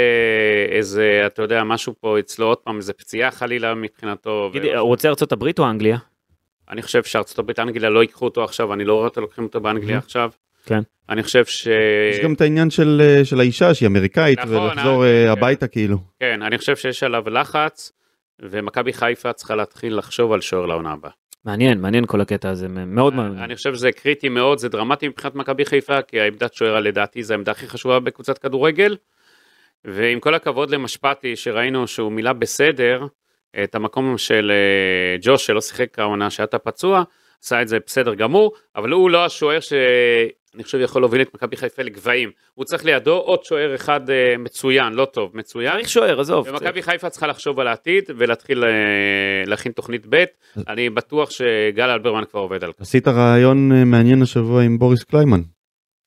איזה, אתה יודע, משהו פה אצלו עוד פעם, איזה פציעה חלילה מבחינתו. ו- אה, גידי, הוא רוצה ארצות הברית או אנגליה? אני חושב שארה"ב, אנגליה לא ייקחו אותו עכשיו, אני לא רואה אותו לוקחים אותו באנגליה Mhm. עכשיו. כן. אני חושב ש... Mm-hmm. יש גם את העניין של אה, של האישה שהיא אמריקאית נכון, ולחזור אה, אה, כן. הביתה כאילו. כן, אני חושב שיש עליו לחץ, ומכבי חיפה צריכה להתחיל לחשוב על שוער לעונה הבאה. מעניין, מעניין כל הקטע הזה, מאוד מעניין. אה, אני חושב שזה קריטי מאוד, זה דרמטי מבחינת מכבי חיפה, כי העמדת שוער לדעתי זו העמדה הכי חשובה בקבוצת כדורגל. ועם כל הכבוד למשפטי, שראינו שהוא מילא בסדר, את המקום של אה, ג'וש שלא שיחק העונה שהיה פצוע, עשה את זה בסדר גמור, אבל הוא לא השוער שאני חושב יכול להוביל את מכבי חיפה לגבהים. הוא צריך לידו עוד שוער אחד אה, מצוין, לא טוב, מצוין. צריך שוער, עזוב. ומכבי חיפה צריכה לחשוב על העתיד ולהתחיל אה, להכין תוכנית ב', אני בטוח שגל אלברמן כבר עובד על כך. עשית רעיון אה, מעניין השבוע עם בוריס קליימן.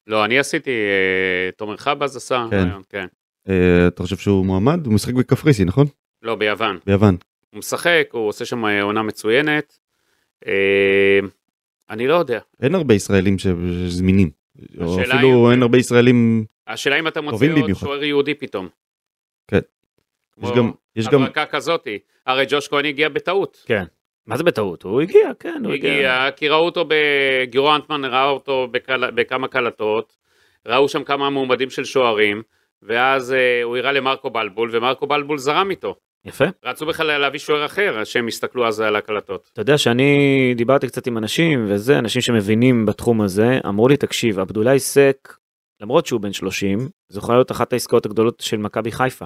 לא, אני עשיתי, אה, תומר חבאז עשה, כן. רעיון, כן. אה, אתה חושב שהוא מועמד? הוא משחק בקפריסין, נכון? לא, ביוון. ביוון. הוא משחק, הוא עושה שם אה, עונה מצוינת. אה, אני לא יודע. אין הרבה ישראלים ש- שזמינים. או השאלה אפילו היא- אין הרבה ישראלים, השאלה אם אתה מוצא טובים עוד במיוחד. שוער יהודי פתאום. כן. יש כמו גם, יש גם, כן, הברקה כזאתי. הרי ג'וש כהן הגיע בטעות. מה זה בטעות? הוא הגיע, כן, לא הוא הגיע. הגיע, כי ראו אותו, ב- גירו אנטמן ראה אותו בקל- בכמה קלטות, ראו שם כמה מועמדים של שוערים, ואז אה, הוא הראה למרקו בלבול, ומרקו בלבול זרם איתו. יפה. רצו בכלל להביא שוער אחר, שהם הסתכלו אז על הקלטות. אתה יודע שאני דיברתי קצת עם אנשים וזה, אנשים שמבינים בתחום הזה, אמרו לי, תקשיב, עבדולאי סק, למרות שהוא בן 30, זו יכולה להיות אחת העסקאות הגדולות של מכבי חיפה.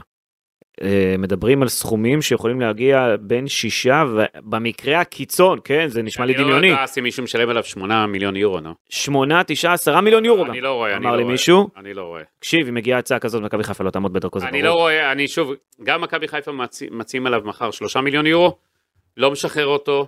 אה, מדברים על סכומים שיכולים להגיע בין שישה, ובמקרה הקיצון, כן, זה נשמע לי אני דמיוני, לא יודע אם מישהו משלם עליו 8 מיליון יורו, נו. שמונה, תשעה, עשרה מיליון יורו גם. אני לא רואה, אני לא אמר לי רואה. מישהו, אני לא רואה. תקשיב, אם מגיעה הצעה כזאת, מכבי חיפה לא תעמוד בדרכו, זה אני לא ברור. רואה, אני שוב, גם מכבי חיפה מצי- מציעים עליו מחר 3 מיליון יורו, לא משחרר אותו.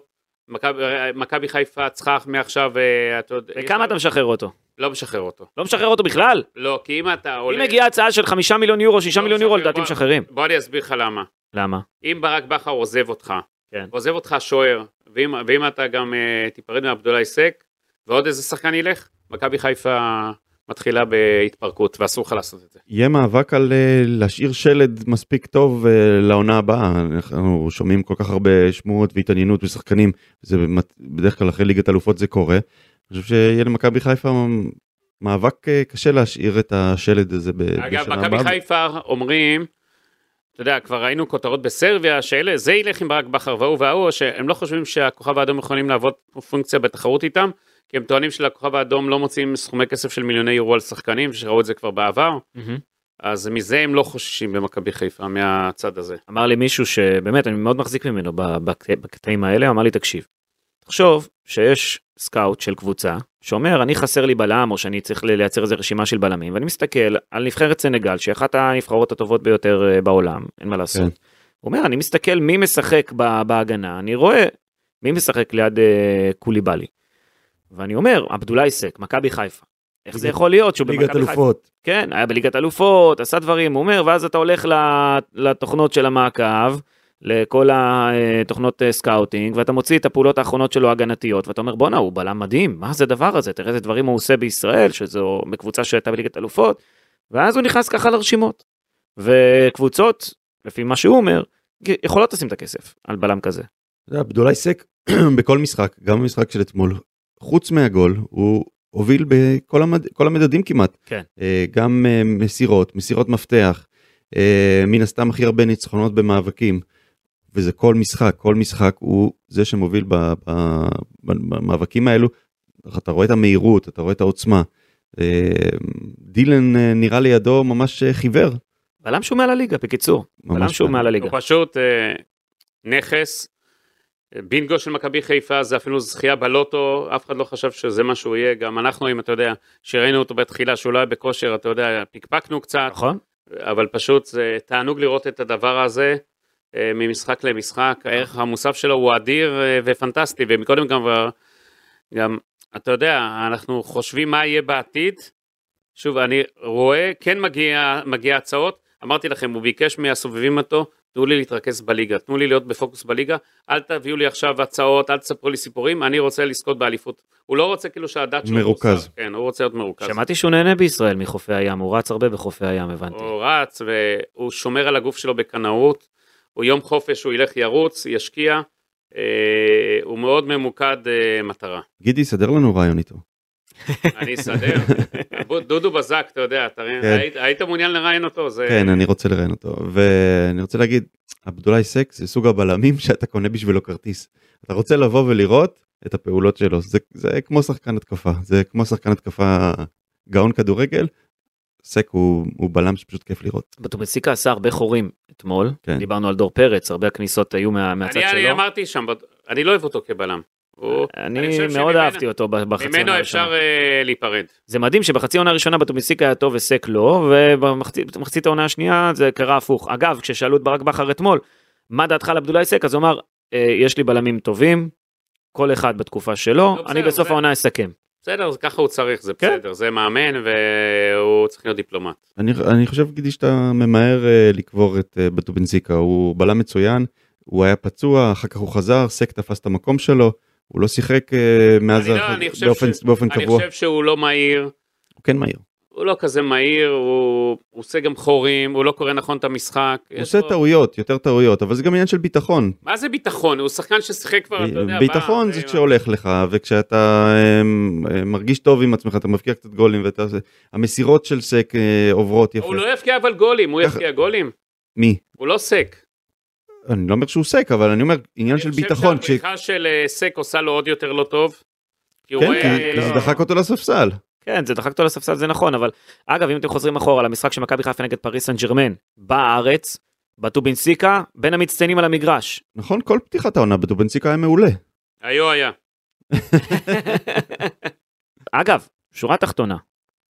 מכבי- מכבי חיפה צריכה מעכשיו, אה, אתה יודע... וכמה אתה משחרר אותו? לא משחרר אותו. לא משחרר אותו בכלל. לא, כי אם אתה עולה... אם מגיעה הצעה של חמישה מיליון יורו, שישה לא מיליון יורו, משחרר, לדעתי בוא- משחררים. בוא אני אסביר לך למה. למה? אם ברק בכר עוזב אותך, כן. עוזב אותך שוער, ואם, ואם אתה גם אה, תיפרד מעבדולאי סק, ועוד איזה שחקן ילך, מכבי חיפה מתחילה בהתפרקות, ואסור לך לעשות את זה. יהיה מאבק על אה, להשאיר שלד מספיק טוב אה, לעונה הבאה. אנחנו שומעים כל כך הרבה שמועות והתעניינות בשחקנים, זה במת- בדרך כלל אחרי ליגת אלופות זה קורה. אני חושב שיהיה למכבי חיפה מאבק אה, קשה להשאיר את השלד הזה ב- אה, בשנה הבאה. אגב, מכבי חיפה אומרים, אתה יודע, כבר ראינו כותרות בסרביה, שאלה, זה ילך עם ברק בכר וההוא וההוא, שהם לא חושבים שהכוכב האדום יכולים לעבוד פונקציה בתחרות איתם, כי הם טוענים שלכוכב האדום לא מוציאים סכומי כסף של מיליוני יורו על שחקנים, שראו את זה כבר בעבר, אז מזה הם לא חוששים במכבי חיפה, מהצד הזה. אמר לי מישהו שבאמת אני מאוד מחזיק ממנו ב- בקט- בקטעים האלה, אמר לי תקשיב, תחשוב שיש סקאוט של קבוצה שאומר אני חסר לי בלם או שאני צריך ל- לייצר איזה רשימה של בלמים ואני מסתכל על נבחרת סנגל שהיא אחת הנבחרות הטובות ביותר אה, בעולם, אין מה כן. לעשות. הוא אומר אני מסתכל מי משחק ב- בהגנה, אני רואה מי משחק ליד אה, קוליבאלי. ואני אומר עבדולאי סק, מכבי חיפה. איך זה ליגת- יכול להיות שהוא ליגת במכבי חיפה? אלופות. כן, היה בליגת אלופות, עשה דברים, הוא אומר, ואז אתה הולך ל- לתוכנות של המעקב, לכל התוכנות אה, סקאוטינג, ואתה מוציא את הפעולות האחרונות שלו הגנתיות, ואתה אומר, בואנה, הוא בלם מדהים, מה זה הדבר הזה? תראה איזה דברים הוא עושה בישראל, שזו מקבוצה שהייתה בליגת אלופות, ואז הוא נכנס ככה לרשימות. וקבוצות, לפי מה שהוא אומר, יכולות לשים את הכסף על בלם כזה. אתה יודע, בדולאי סק בכל משחק, גם במשחק של אתמול, חוץ מהגול, הוא הוביל בכל המד... כל המדדים כמעט. כן. אה, גם אה, מסירות, מסירות מפתח, אה, מן הסתם הכי הרבה ניצחונות במאבקים. וזה כל משחק, כל משחק הוא זה שמוביל ב- ב- ב- במאבקים האלו. אתה רואה את המהירות, אתה רואה את העוצמה. אה, דילן אה, נראה לידו ממש אה, חיוור. בלם שהוא מעל הליגה, בקיצור. בלם ממש שהוא מעל הליגה. הוא פשוט אה, נכס. בינגו של מכבי חיפה זה אפילו זכייה בלוטו, אף אחד לא חשב שזה מה שהוא יהיה, גם אנחנו, אם אתה יודע, שראינו אותו בתחילה שהוא לא היה בכושר, אתה יודע, פקפקנו קצת, נכון? אבל פשוט זה תענוג לראות את הדבר הזה אה, ממשחק למשחק, הערך המוסף שלו הוא אדיר אה, ופנטסטי, ומקודם גם, גם, אתה יודע, אנחנו חושבים מה יהיה בעתיד, שוב, אני רואה, כן מגיע, מגיע הצעות, אמרתי לכם, הוא ביקש מהסובבים אותו, תנו לי להתרכז בליגה, תנו לי להיות בפוקוס בליגה, אל תביאו לי עכשיו הצעות, אל תספרו לי סיפורים, אני רוצה לזכות באליפות. הוא לא רוצה כאילו שהדת שלו... מרוכז. תוסר, כן, הוא רוצה להיות מרוכז. שמעתי שהוא נהנה בישראל מחופי הים, הוא רץ הרבה בחופי הים, הבנתי. הוא רץ והוא שומר על הגוף שלו בקנאות, הוא יום חופש, הוא ילך ירוץ, ישקיע, אה, הוא מאוד ממוקד אה, מטרה. גידי, סדר לנו רעיון איתו. אני אסדר. בוא, דודו בזק, אתה יודע, אתה- כן. היית- היית מעוניין לראיין אותו, זה... כן, אני רוצה לראיין אותו. ואני רוצה להגיד, עבדולאי סק זה סוג הבלמים שאתה קונה בשבילו כרטיס. אתה רוצה לבוא ולראות את הפעולות שלו. זה, זה כמו שחקן התקפה, זה כמו שחקן התקפה גאון כדורגל. סק הוא, הוא בלם שפשוט כיף לראות. בטוביסיקה עשה הרבה חורים אתמול, כן. דיברנו על דור פרץ, הרבה הכניסות היו מה- מהצד אני- אני שלו. אמרתי שם, אני לא אוהב אותו כבלם. הוא- אני אני חושב מאוד שממנו- אהבתי אותו ב- בחצי העונה ממנו הראשונה. אפשר אה, להיפרד. זה מדהים שבחצי העונה הראשונה בטוביסיקה היה טוב וסק לא, ובמחצית העונה השנייה זה קרה הפוך. אגב, כששאלו את ברק בכר אתמול, מה דעתך על עבדולאי סק, אז הוא אמר, "אה, יש לי בלמים טובים, כל אחד בתקופה שלו, לא, אני בסדר, בסוף זה- העונה אסכם. בסדר, זה ככה הוא צריך, זה כן. בסדר, זה מאמן והוא צריך להיות דיפלומט. אני, אני חושב, גידי, שאתה ממהר אה, לקבור את אה, בטובנזיקה. הוא בלם מצוין, הוא היה פצוע, אחר כך הוא חזר, סק תפס את המקום שלו, הוא לא שיחק אה, מאז אני לא, הרחק- אני חושב באופן, ש- כן, באופן אני קבוע. חושב שהוא לא מהיר, הוא כן מהיר. הוא לא כזה מהיר, הוא הוא עושה גם חורים, הוא לא קורא נכון את המשחק. הוא יש עושה לו- טעויות, יותר טעויות, אבל זה גם עניין של ביטחון. מה זה ביטחון? הוא שחקן ששיחק כבר, אה, אתה יודע, ביטחון בא- זה כשהולך לך וכשאתה אמ, אמ, מרגיש טוב עם עצמך אתה מבקיע קצת גולים ואתה עושה- המסירות של סק אה, עוברות יפה. הוא לא יבקיע אבל גולים, הוא ככה- יבקיע גולים, מי? הוא לא סק. אני לא אומר שהוא סק אבל אני אומר עניין של ביטחון. אני חושב שהבריחה של אה, סק עושה לו עוד יותר לא טוב. כי הוא כן, רואה- כי- כי לא. זה דחק אותו לספסל. כן, זה דחק אותו לספסל, זה נכון, אבל אגב, אם אתם חוזרים אחורה למשחק של מכבי חיפה נגד פריס סן ג'רמן בארץ, בטובינסיקה, בין המצטיינים על המגרש. נכון? כל פתיחת העונה בדובנציקה היה מעולה. היו היה. אגב, שורה תחתונה,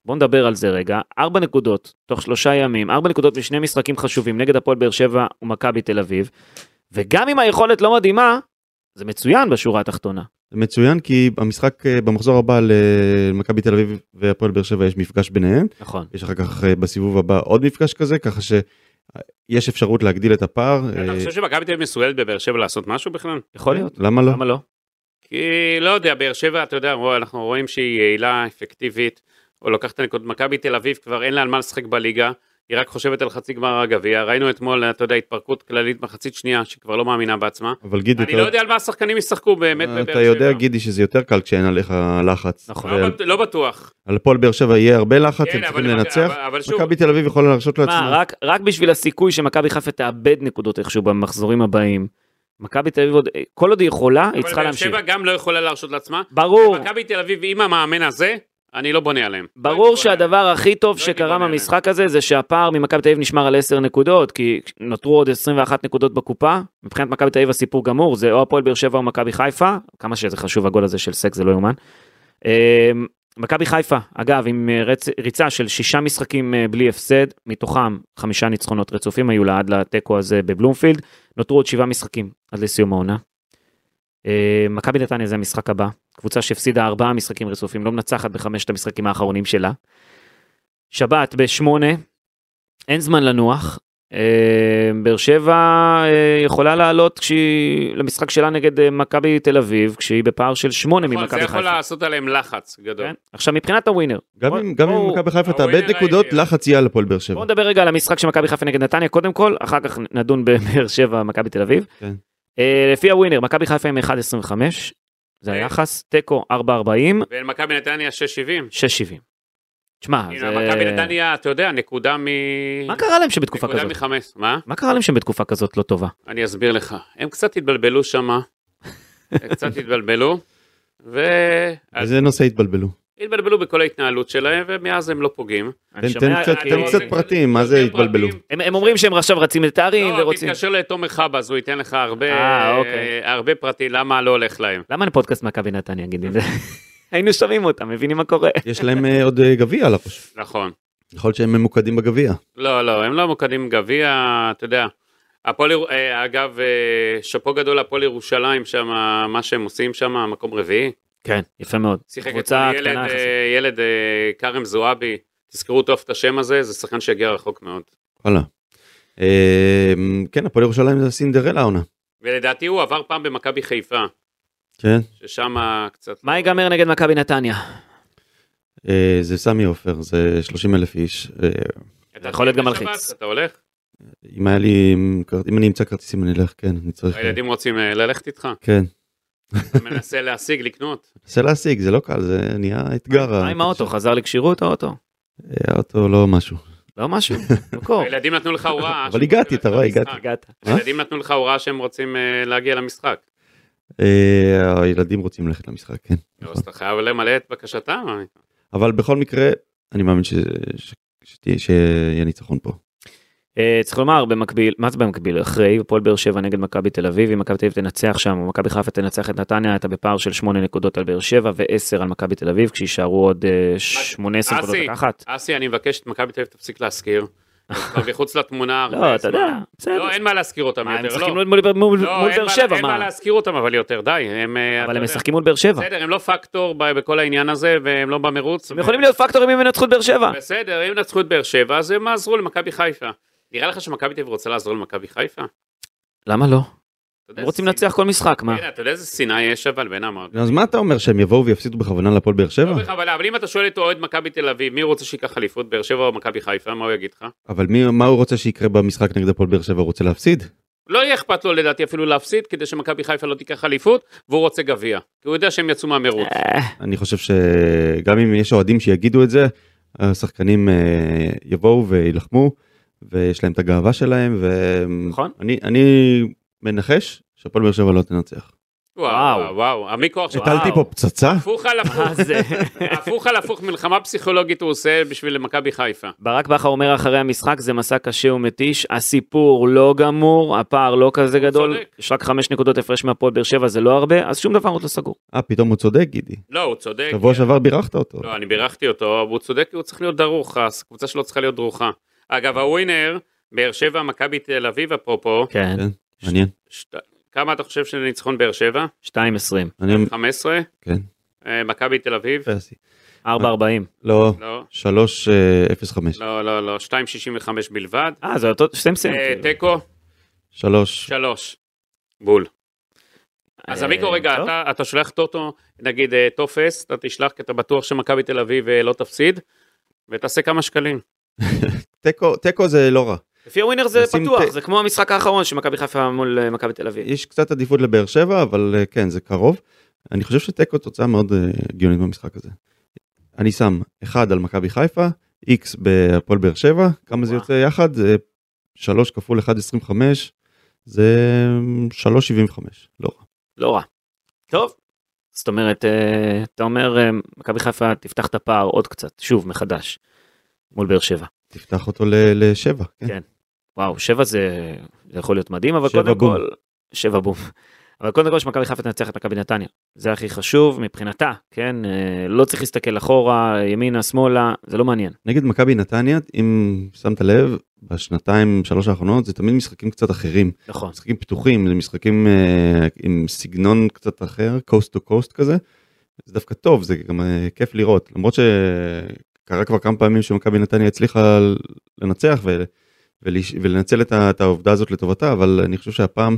בואו נדבר על זה רגע, ארבע נקודות תוך שלושה ימים, ארבע נקודות משני משחקים חשובים נגד הפועל באר שבע ומכבי תל אביב, וגם אם היכולת לא מדהימה, זה מצוין בשורה התחתונה. זה מצוין כי המשחק אה, במחזור הבא למכבי תל אביב והפועל באר שבע יש מפגש ביניהם. נכון. יש אחר כך אה, בסיבוב הבא עוד מפגש כזה ככה שיש אפשרות להגדיל את הפער. אתה אה, חושב שמכבי תל אביב מסוגלת בבאר שבע לעשות משהו בכלל? יכול להיות. למה לא? למה לא? כי לא יודע, באר שבע, אתה יודע, רוא- אנחנו רואים שהיא יעילה, אפקטיבית, או לוקחת את הנקודות. מכבי תל אביב כבר אין לה על מה לשחק בליגה, היא רק חושבת על חצי גמר הגביע. ראינו אתמול, אתה יודע, התפרקות כללית מחצית שנייה, שכבר לא מאמינה בעצמה. אבל גידי, אני לא יודע על מה השחקנים ישחקו באמת בבאר שבע. אה, אתה יודע גידי שזה יותר קל כשאין עליך לחץ. נכון. לא ועל- בט- לא בטוח. על הפועל באר שבע יהיה הרבה לחץ, כן, הם צריכים אבל- לנצח. אבל- אבל שוב, מכבי תל אביב יכולה להרשות מה, לעצמה. רק, רק בשביל הסיכוי שמכבי חיפה תאבד נקודות איכשהו במחזורים הבאים, מכבי תל אביב עוד, אה, כל עוד היא יכולה, היא אבל צריכה באר להמשיך. שבע גם לא יכולה להרשות לעצמה. ברור, מכבי תל אביב עם המאמן הזה, אני לא בונה עליהם. לא ברור הייתי בונה שהדבר הכי טוב לא שקרה הייתי בונה מהמשחק הזה זה שהפער ממכבי תל אביב נשמר על 10 נקודות, כי נותרו עוד 21 נקודות בקופה. מבחינת מכבי תל אביב הסיפור גמור, זה או הפועל באר שבע או מכבי חיפה, כמה שזה חשוב הגול הזה של סק זה לא יאומן. אמ, מכבי חיפה, אגב, עם אה, רצ... ריצה של שישה משחקים אה, בלי הפסד, מתוכם חמישה ניצחונות רצופים היו לה עד לתיקו הזה בבלומפילד, נותרו עוד שבעה משחקים עד לסיום העונה. אה, מכבי נתניה זה המשחק הבא, קבוצה שהפסידה ארבעה משחקים רצופים, לא מנצחת בחמשת המשחקים האחרונים שלה. שבת בשמונה, אין זמן לנוח. אה, באר שבע אה, יכולה לעלות כשהיא למשחק שלה נגד אה, מכבי תל אביב, כשהיא בפער של שמונה נכון, ממכבי זה חיפה. יכול לעשות עליהם לחץ גדול. כן? עכשיו מבחינת הווינר, גם בוא- אם גם בואו- אם מכבי חיפה תאבד הווינר נקודות, הייתי. לחץ יהיה על הפועל באר שבע. בואו נדבר רגע על המשחק של מכבי חיפה נגד נתניה קודם כל, אחר כך נדון בבאר שבע מכבי תל אביב. כן. אה, לפי הווינר, מכבי חיפה עם 1.25, זה אה. היחס, תיקו 4.40, ומכבי נתניה 6.70. 6.70. תשמע, הנה, זה... מכבי נתניה, אתה יודע, נקודה מ... אה, מה קרה להם שבתקופה נקודה כזאת? מחמש. מה? מה קרה להם שבתקופה כזאת לא טובה? אני אסביר לך. הם קצת התבלבלו שמה. הם קצת התבלבלו. ו... אז איזה נושא התבלבלו. התבלבלו בכל ההתנהלות שלהם, ומאז הם לא פוגעים. אני תן- שומע- תן קצת- אני- לא תן קצת פרטים, מה זה יותר התבלבלו? פרטים. הם הם אומרים שהם עכשיו רצים לתארים לא, ורוצים... תתקשר לתומר חבאז, הוא ייתן לך הרבה, אה, אוקיי. הרבה פרטי למה לא הולך להם. למה אין פודקאסט מכבי נתניה, גידי? היינו שומעים אותם, מבינים מה קורה. יש להם אה, עוד אה, גביע על הראש. נכון. יכול להיות שהם ממוקדים בגביע. לא, לא, הם לא ממוקדים גביע, אתה יודע. הפועל, יר- אה, אגב, אה, שאפו גדול להפועל ירושלים שם, מה שהם עושים שם, מקום רביעי. כן, יפה מאוד. שיחק קבוצה אתמול ילד, קטנה יחסית. אה, ילד אה, כרם זועבי, תזכרו טוב את השם הזה, זה שחקן שיגיע רחוק מאוד. וואלה. אה, כן, הפועל ירושלים זה הסינדרלה העונה. ולדעתי הוא עבר פעם במכבי חיפה, כן. ששם קצת... מה ייגמר נגד מכבי נתניה? אה, זה סמי עופר, זה 30 אלף איש. אה, אתה יכול להיות גם בשבת, מלחיץ. אתה הולך? אם היה לי, אם אני אמצא כרטיסים אני אלך, כן, אני צריך... הילדים רוצים אה, ללכת איתך? כן. אתה מנסה להשיג, לקנות. נסה להשיג, זה לא קל, זה נהיה אתגר. מה עם האוטו? חזר לכשירות האוטו? אה, האוטו לא משהו. לא משהו, מקור. הילדים נתנו לך הוראה. אבל שהם הגעתי, רוצים אתה ללכת רואה, למשחק. הגעתי. הגעת. הילדים נתנו לך הוראה שהם רוצים אה, להגיע למשחק. אה, הילדים רוצים ללכת למשחק, כן. לא, אז אתה חייב למלא את בקשתם. אבל בכל מקרה, אני מאמין ש- ש- שתהיה- שיהיה ניצחון פה. אה, צריך לומר במקביל מה זה במקביל אחרי הפועל באר שבע נגד מכבי תל אביב אם מכבי תל אביב תנצח שם או מכבי חיפה תנצח את נתניה אתה בפער של 8 נקודות על באר שבע ו10 על מכבי תל אביב כשיישארו עוד אה, 18 נקודות אסי. לקחת. אסי, אני מבקש את מכבי תל אביב תפסיק להזכיר. הם כבר מחוץ לתמונה. הרבה לא אתה זמן. יודע בסדר. לא, אין מה להזכיר אותם מה, הם יותר. משחקים לא. מול- מול מול- לא, מול אין באר מה- שבע אין מה מה להזכיר אותם, אבל יותר, די. הם, אה, אתה אבל הם יודע, משחקים מול באר שבע. בסדר, הם לא פקטור ב- בכל העניין הזה, והם לא במרוץ. הם יכולים להיות פקטורים אם ינצחו את באר שבע. בסדר, אם נצחו את באר שבע, אז הם עזרו למכבי חיפה. נראה לך שמכבי תל אביב רוצה לעזור למכבי חיפה? אתה למה לא? יודע הם איזה רוצים שנאה- לנצח כל משחק מה. הנה, אתה יודע איזה שנאה יש אבל בין המועדונים. אז מה אתה אומר, שהם יבואו ויפסידו בכוונה להפועל באר שבע? לא בכוונה, אבל אם אתה שואל את אוהד מכבי תל אביב, מי רוצה שייקח אליפות, באר שבע או מכבי חיפה, מה הוא יגיד לך? אבל מי- מה הוא רוצה שיקרה במשחק נגד הפועל באר שבע? הוא רוצה להפסיד? לא יהיה אכפת לו לדעתי אפילו להפסיד, כדי שמכבי חיפה לא תיקח אליפות, והוא רוצה גביע. כי הוא יודע שהם יצאו מהמרוץ. אה, אני חושב שגם אם יש אוהדים שיגידו את זה, השחקנים אה, יבואו ויילחמו, ויש להם את הגאווה שלהם, נכון. ואני מנחש שהפועל באר שבע לא תנצח. וואו, וואו. וואו, וואו, המיקוח שלך. הטלתי פה פצצה? הפוך על מה הפוך, זה? הפוך על הפוך, מלחמה פסיכולוגית הוא עושה בשביל מכבי חיפה. ברק בכר אומר אחרי המשחק זה מסע קשה ומתיש, הסיפור לא גמור, הפער לא כזה גדול, צודק. יש רק חמש נקודות הפרש מהפועל באר שבע זה לא הרבה, אז שום דבר עוד לא סגור. אה, פתאום הוא צודק, גידי. לא, הוא צודק. שבוע שעבר בירכת אותו. לא, אני בירכתי אותו, אבל הוא צודק, כי הוא צריך להיות דרוך, הקבוצה שלו צריכה להיות דרוכה. אגב, הווינר, באר שבע, מכבי תל אביב, אפרופו, כן. כן. מעניין. שת... כמה אתה חושב של ניצחון באר שבע? 2.20, אני... 15? כן. אה, מכבי תל אביב? יפה, אסי. 4.40. לא, אה, לא, 3.05. לא, לא, לא, 2.65 בלבד. אה, זה אותו כאילו. סמסם. אה, תיקו, 3. 3. בול. אז אה, אה, עמיקו, רגע, אתה- אתה שולח טוטו, נגיד אה, טופס, אתה תשלח כי אתה בטוח שמכבי תל אביב אה, לא תפסיד, ותעשה כמה שקלים. תיקו- תיקו זה לא רע. לפי הווינר זה נשים פתוח, ת- זה כמו המשחק האחרון שמכבי חיפה מול אה, מכבי תל אביב. יש קצת עדיפות לבאר שבע, אבל אה, כן, זה קרוב. אני חושב שתיקו תוצאה מאוד אה, הגיונית במשחק הזה. אני שם 1 על מכבי חיפה, X בהפועל באר שבע, כמה זה וואו. יוצא יחד? זה 3 כפול 1.25, זה אה, 3.75, לא רע. לא רע. טוב. זאת אומרת, אה, אתה אומר, אה, מכבי חיפה תפתח את הפער עוד קצת, שוב, מחדש, מול באר שבע. תפתח אותו ל- לשבע, כן. כן. וואו, שבע זה, זה יכול להיות מדהים, אבל שבע קודם בום. כל... שבע בום. אבל קודם כל שמכבי חיפה תנצח את מכבי נתניה. זה הכי חשוב מבחינתה, כן? אה, לא צריך להסתכל אחורה, ימינה, שמאלה, זה לא מעניין. נגד מכבי נתניה, אם שמת לב, בשנתיים, שלוש האחרונות, זה תמיד משחקים קצת אחרים. נכון. משחקים פתוחים, זה משחקים אה, עם סגנון קצת אחר, coast to coast כזה. זה דווקא טוב, זה גם אה, כיף לראות. למרות שקרה כבר כמה פעמים שמכבי נתניה הצליחה לנצח ו, ולש, ולנצל את, ה, את העובדה הזאת לטובתה, אבל אני חושב שהפעם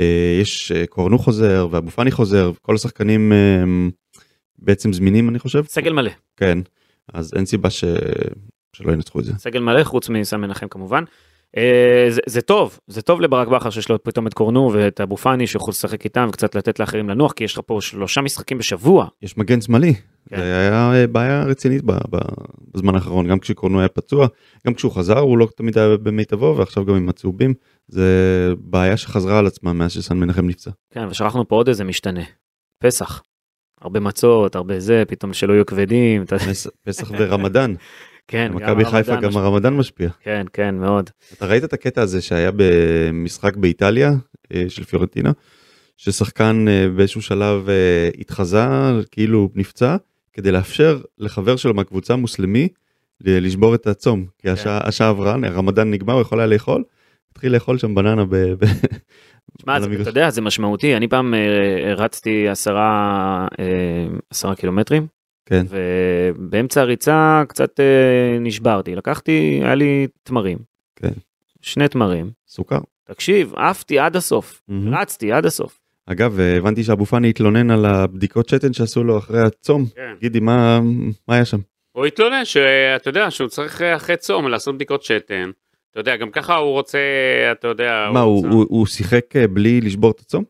אה, יש אה, קורנו חוזר ואבו פאני חוזר, כל השחקנים אה, בעצם זמינים אני חושב. סגל מלא, כן, אז אין סיבה ש... שלא ינצחו את זה. סגל מלא חוץ מסם מנחם כמובן. אה, זה, זה טוב, זה טוב לברק בכר שיש לו פתאום את קורנו ואת אבו פאני שיכול לשחק איתם וקצת לתת לאחרים לנוח, כי יש לך פה שלושה משחקים בשבוע. יש מגן שמאלי. כן. זה היה אה, בעיה רצינית ב- ב- בזמן האחרון, גם כשקורנו היה פצוע, גם כשהוא חזר הוא לא תמיד היה במיטבו, ועכשיו גם עם הצהובים. זה בעיה שחזרה על עצמה מאז שסן מנחם נפצע. כן, ושכחנו פה עוד איזה משתנה. פסח. הרבה מצות, הרבה זה, פתאום שלא יהיו כבדים. אתה- פס- פסח ורמדאן, כן, גם מכבי חיפה הרמדאן גם משפיע. הרמדאן משפיע. כן, כן, מאוד. אתה ראית את הקטע הזה שהיה במשחק באיטליה אה, של פיורנטינה, ששחקן אה, באיזשהו שלב אה, התחזה, כאילו הוא נפצע, כדי לאפשר לחבר שלו מהקבוצה המוסלמי ל- לשבור את הצום, כן. כי השעה, השעה עברה, הרמדאן נגמר, הוא יכול היה לאכול, התחיל לאכול שם בננה ב... ב... שמע, על זה- המגרש. אתה יודע, זה משמעותי. אני פעם אה, רצתי עשרה, אה, עשרה קילומטרים, כן, ובאמצע הריצה קצת אה, נשברתי. לקחתי, היה לי תמרים. כן. שני תמרים. סוכר. תקשיב, עפתי עד הסוף. מהמם. רצתי עד הסוף. אגב, אה, הבנתי שאבו פאני התלונן על הבדיקות שתן שעשו לו אחרי הצום. כן. גידי, מה, מה היה שם? הוא התלונן שאתה יודע שהוא צריך אה, אחרי צום לעשות בדיקות שתן. אתה יודע, גם ככה הוא רוצה, אתה יודע, אה, מה, הוא, רוצה- הוא, הוא שיחק אה, בלי לשבור את הצום?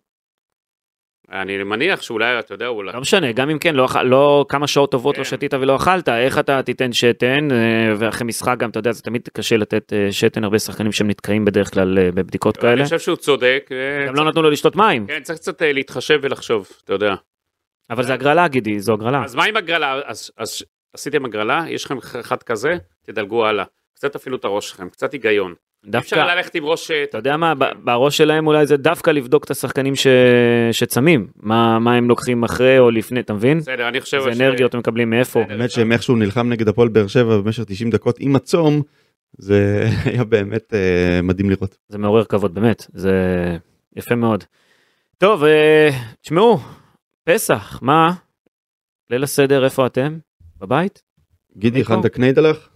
אני מניח שאולי, אתה יודע, אולי... לא משנה, גם אם כן, לא, אכל- לא כמה שעות טובות לא כן. שתית ולא אכלת, איך אתה תיתן שתן, אה, ואחרי משחק גם, אתה יודע, זה תמיד קשה לתת אה, שתן, הרבה שחקנים שהם נתקעים בדרך כלל אה, בבדיקות לא, אני כאלה. חושב שהוא צודק. אה, גם לא נתנו לו לשתות מים, כן, צריך קצת אה, להתחשב ולחשוב, אתה יודע. אה. אבל זה הגרלה, גידי, זו הגרלה. אז מה עם הגרלה? אז, אז עשיתם הגרלה, יש לכם אחד כזה, תדלגו הלאה. קצת אפילו את הראש שלכם, קצת היגיון. אי אפשר דווקא, ללכת עם ראש... אה, אתה יודע מה, ב- בראש שלהם אולי זה דווקא לבדוק את השחקנים ש- שצמים, מה מה הם לוקחים אחרי או לפני, אתה מבין? בסדר, אני חושב... איזה ש- אנרגיות הם מקבלים מאיפה. בסדר. האמת שהם איכשהו נלחם נגד הפועל באר שבע במשך 90 דקות עם הצום, זה היה באמת אה, מדהים לראות. זה מעורר כבוד, באמת, זה יפה מאוד. טוב, אה, תשמעו, פסח, מה? ליל הסדר, איפה אתם? בבית? גידי, ניקו? הכנת קנייד לך?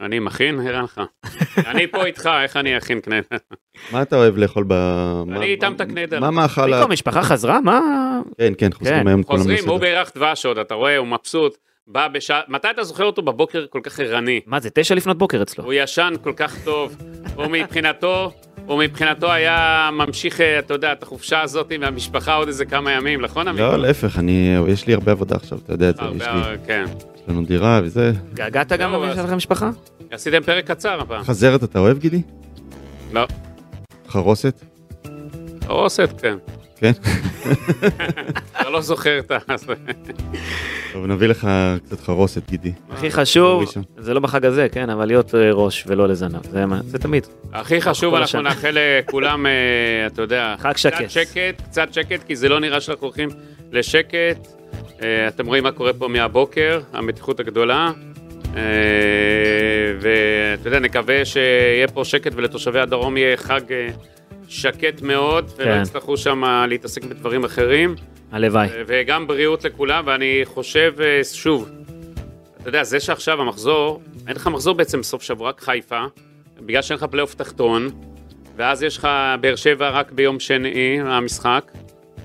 אני מכין, הראה לך. אני פה איתך, איך אני אכין קנה? מה אתה אוהב לאכול ב... מה- איתם את מה- הקנייד עליי. מה מאכל ה... פתאום המשפחה חזרה? מה? כן, כן, כן, חוזרים היום כולם חוזרים, הוא לסדר. בירך דבש עוד, אתה רואה, הוא מבסוט. בא בשעה... מתי אתה זוכר אותו בבוקר כל כך ערני? מה זה, תשע לפנות בוקר אצלו. הוא ישן כל כך טוב. הוא מבחינתו, הוא מבחינתו היה ממשיך, אה, אתה יודע, את החופשה הזאת מהמשפחה עוד איזה כמה ימים, נכון עמית? לא, להפך, אני... יש לי הרבה עבודה עכשיו, אתה יודע את זה, יש לי- הרבה- כן. יש לנו דירה וזה. התגעגעת גם זהו, למי אז- שלכם משפחה? עשיתם פרק קצר הפעם. חזרת אתה אוהב, גידי? לא, חרוסת? רוסת, כן. כן. אתה לא זוכר את ה... טוב, נביא לך קצת חרוסת, גידי. הכי חשוב, ראשון. זה לא בחג הזה, כן, אבל להיות אה, ראש ולא לזנב, זה מה- זה תמיד. הכי חשוב, כל אנחנו השנה. נאחל לכולם, אה, אתה יודע, חג קצת שקט. שקט, קצת שקט, כי זה לא נראה שאנחנו הולכים לשקט. אה, אתם רואים מה קורה פה מהבוקר, המתיחות הגדולה. אה, ואתה יודע, נקווה שיהיה פה שקט ולתושבי הדרום יהיה חג אה, שקט מאוד, ולא כן. יצטרכו שם להתעסק בדברים אחרים. הלוואי. וגם בריאות לכולם, ואני חושב, אה, שוב, אתה יודע, זה שעכשיו המחזור, אין לך מחזור בעצם סוף שבוע, רק חיפה, בגלל שאין לך פלייאוף תחתון, ואז יש לך באר שבע רק ביום שני, המשחק,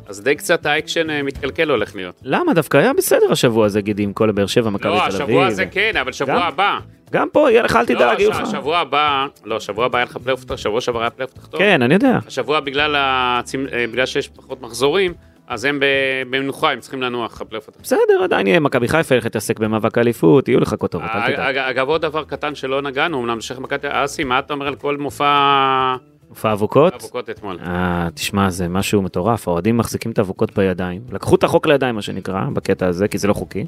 אז די קצת האקשן אה, מתקלקל הולך להיות. למה? דווקא היה בסדר השבוע הזה, גידי, עם כל הבאר שבע, מכבי תל לא, אביב. השבוע הזה כן, אבל שבוע גם? הבא. גם פה, יהיה לך, אל לא, תדאג, יהיו לך. השבוע הבא, לא, השבוע הבא היה לך פלייאוף, תח- שבוע שעבר היה פלייאוף תחתון. כן, אני יודע. השבוע בגלל, הצמ... אה, בגלל שיש פחות מחזורים, אז הם ב- במנוחה, הם צריכים לנוח, הפלייאוף התחתון. בסדר, עדיין יהיה מכבי חיפה, ילך להתעסק במאבק האליפות, יהיו לך כותרות, אוקיי, אל אג- תדאג. אג- אגב, עוד דבר קטן שלא נגענו, אמנם שייח' מכבי, אסי, מה אתה אומר על כל מופע מופע אבוקות? האבוקות אתמול? אה, תשמע, זה משהו מטורף, האוהדים מחזיקים את האבוקות בידיים. לקחו את החוק לידיים, מה שנקרא, בקטע הזה, כי זה לא חוקי.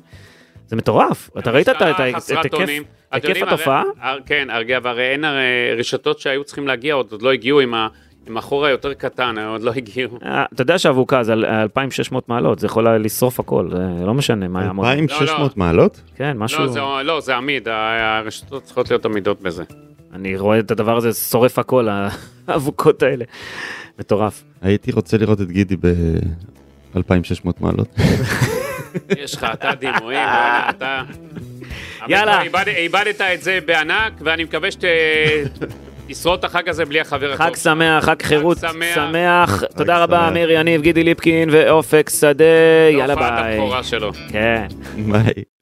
זה מטורף. אתה ראית את ה- את ה- את אה, חסרת היקף- אונים. אתם היקף יודעים, הרי- התופעה? הר- כן, הרי- אבל הרי אין הרי רשתות שהיו צריכים להגיע, עוד עוד לא הגיעו עם ה- עם החור היותר קטן, עוד לא הגיעו. אה, אתה יודע שאבוקה זה על- 2,600 מעלות, זה יכול היה לשרוף הכל, זה לא משנה מה יעמוד. 2,600 מעלות? כן, משהו... לא, זה- לא, זה עמיד, ה- הרשתות צריכות להיות עמידות בזה. אני רואה את הדבר הזה, שורף הכל, האבוקות האלה. מטורף. הייתי רוצה לראות את גידי ב-2,600 מעלות. יש לך, אתה דימויים, וואלה, אתה... יאללה. עמית, איבד- איבדת את זה בענק, ואני מקווה שתשרוד את החג הזה בלי החבר הטוב. חג שמח, חג חירות שמח. שמח. תודה שמח. רבה, אמיר יניב, גידי ליפקין ואופק שדה. יאללה להופעת ביי. הבכורה שלו. כן. ביי.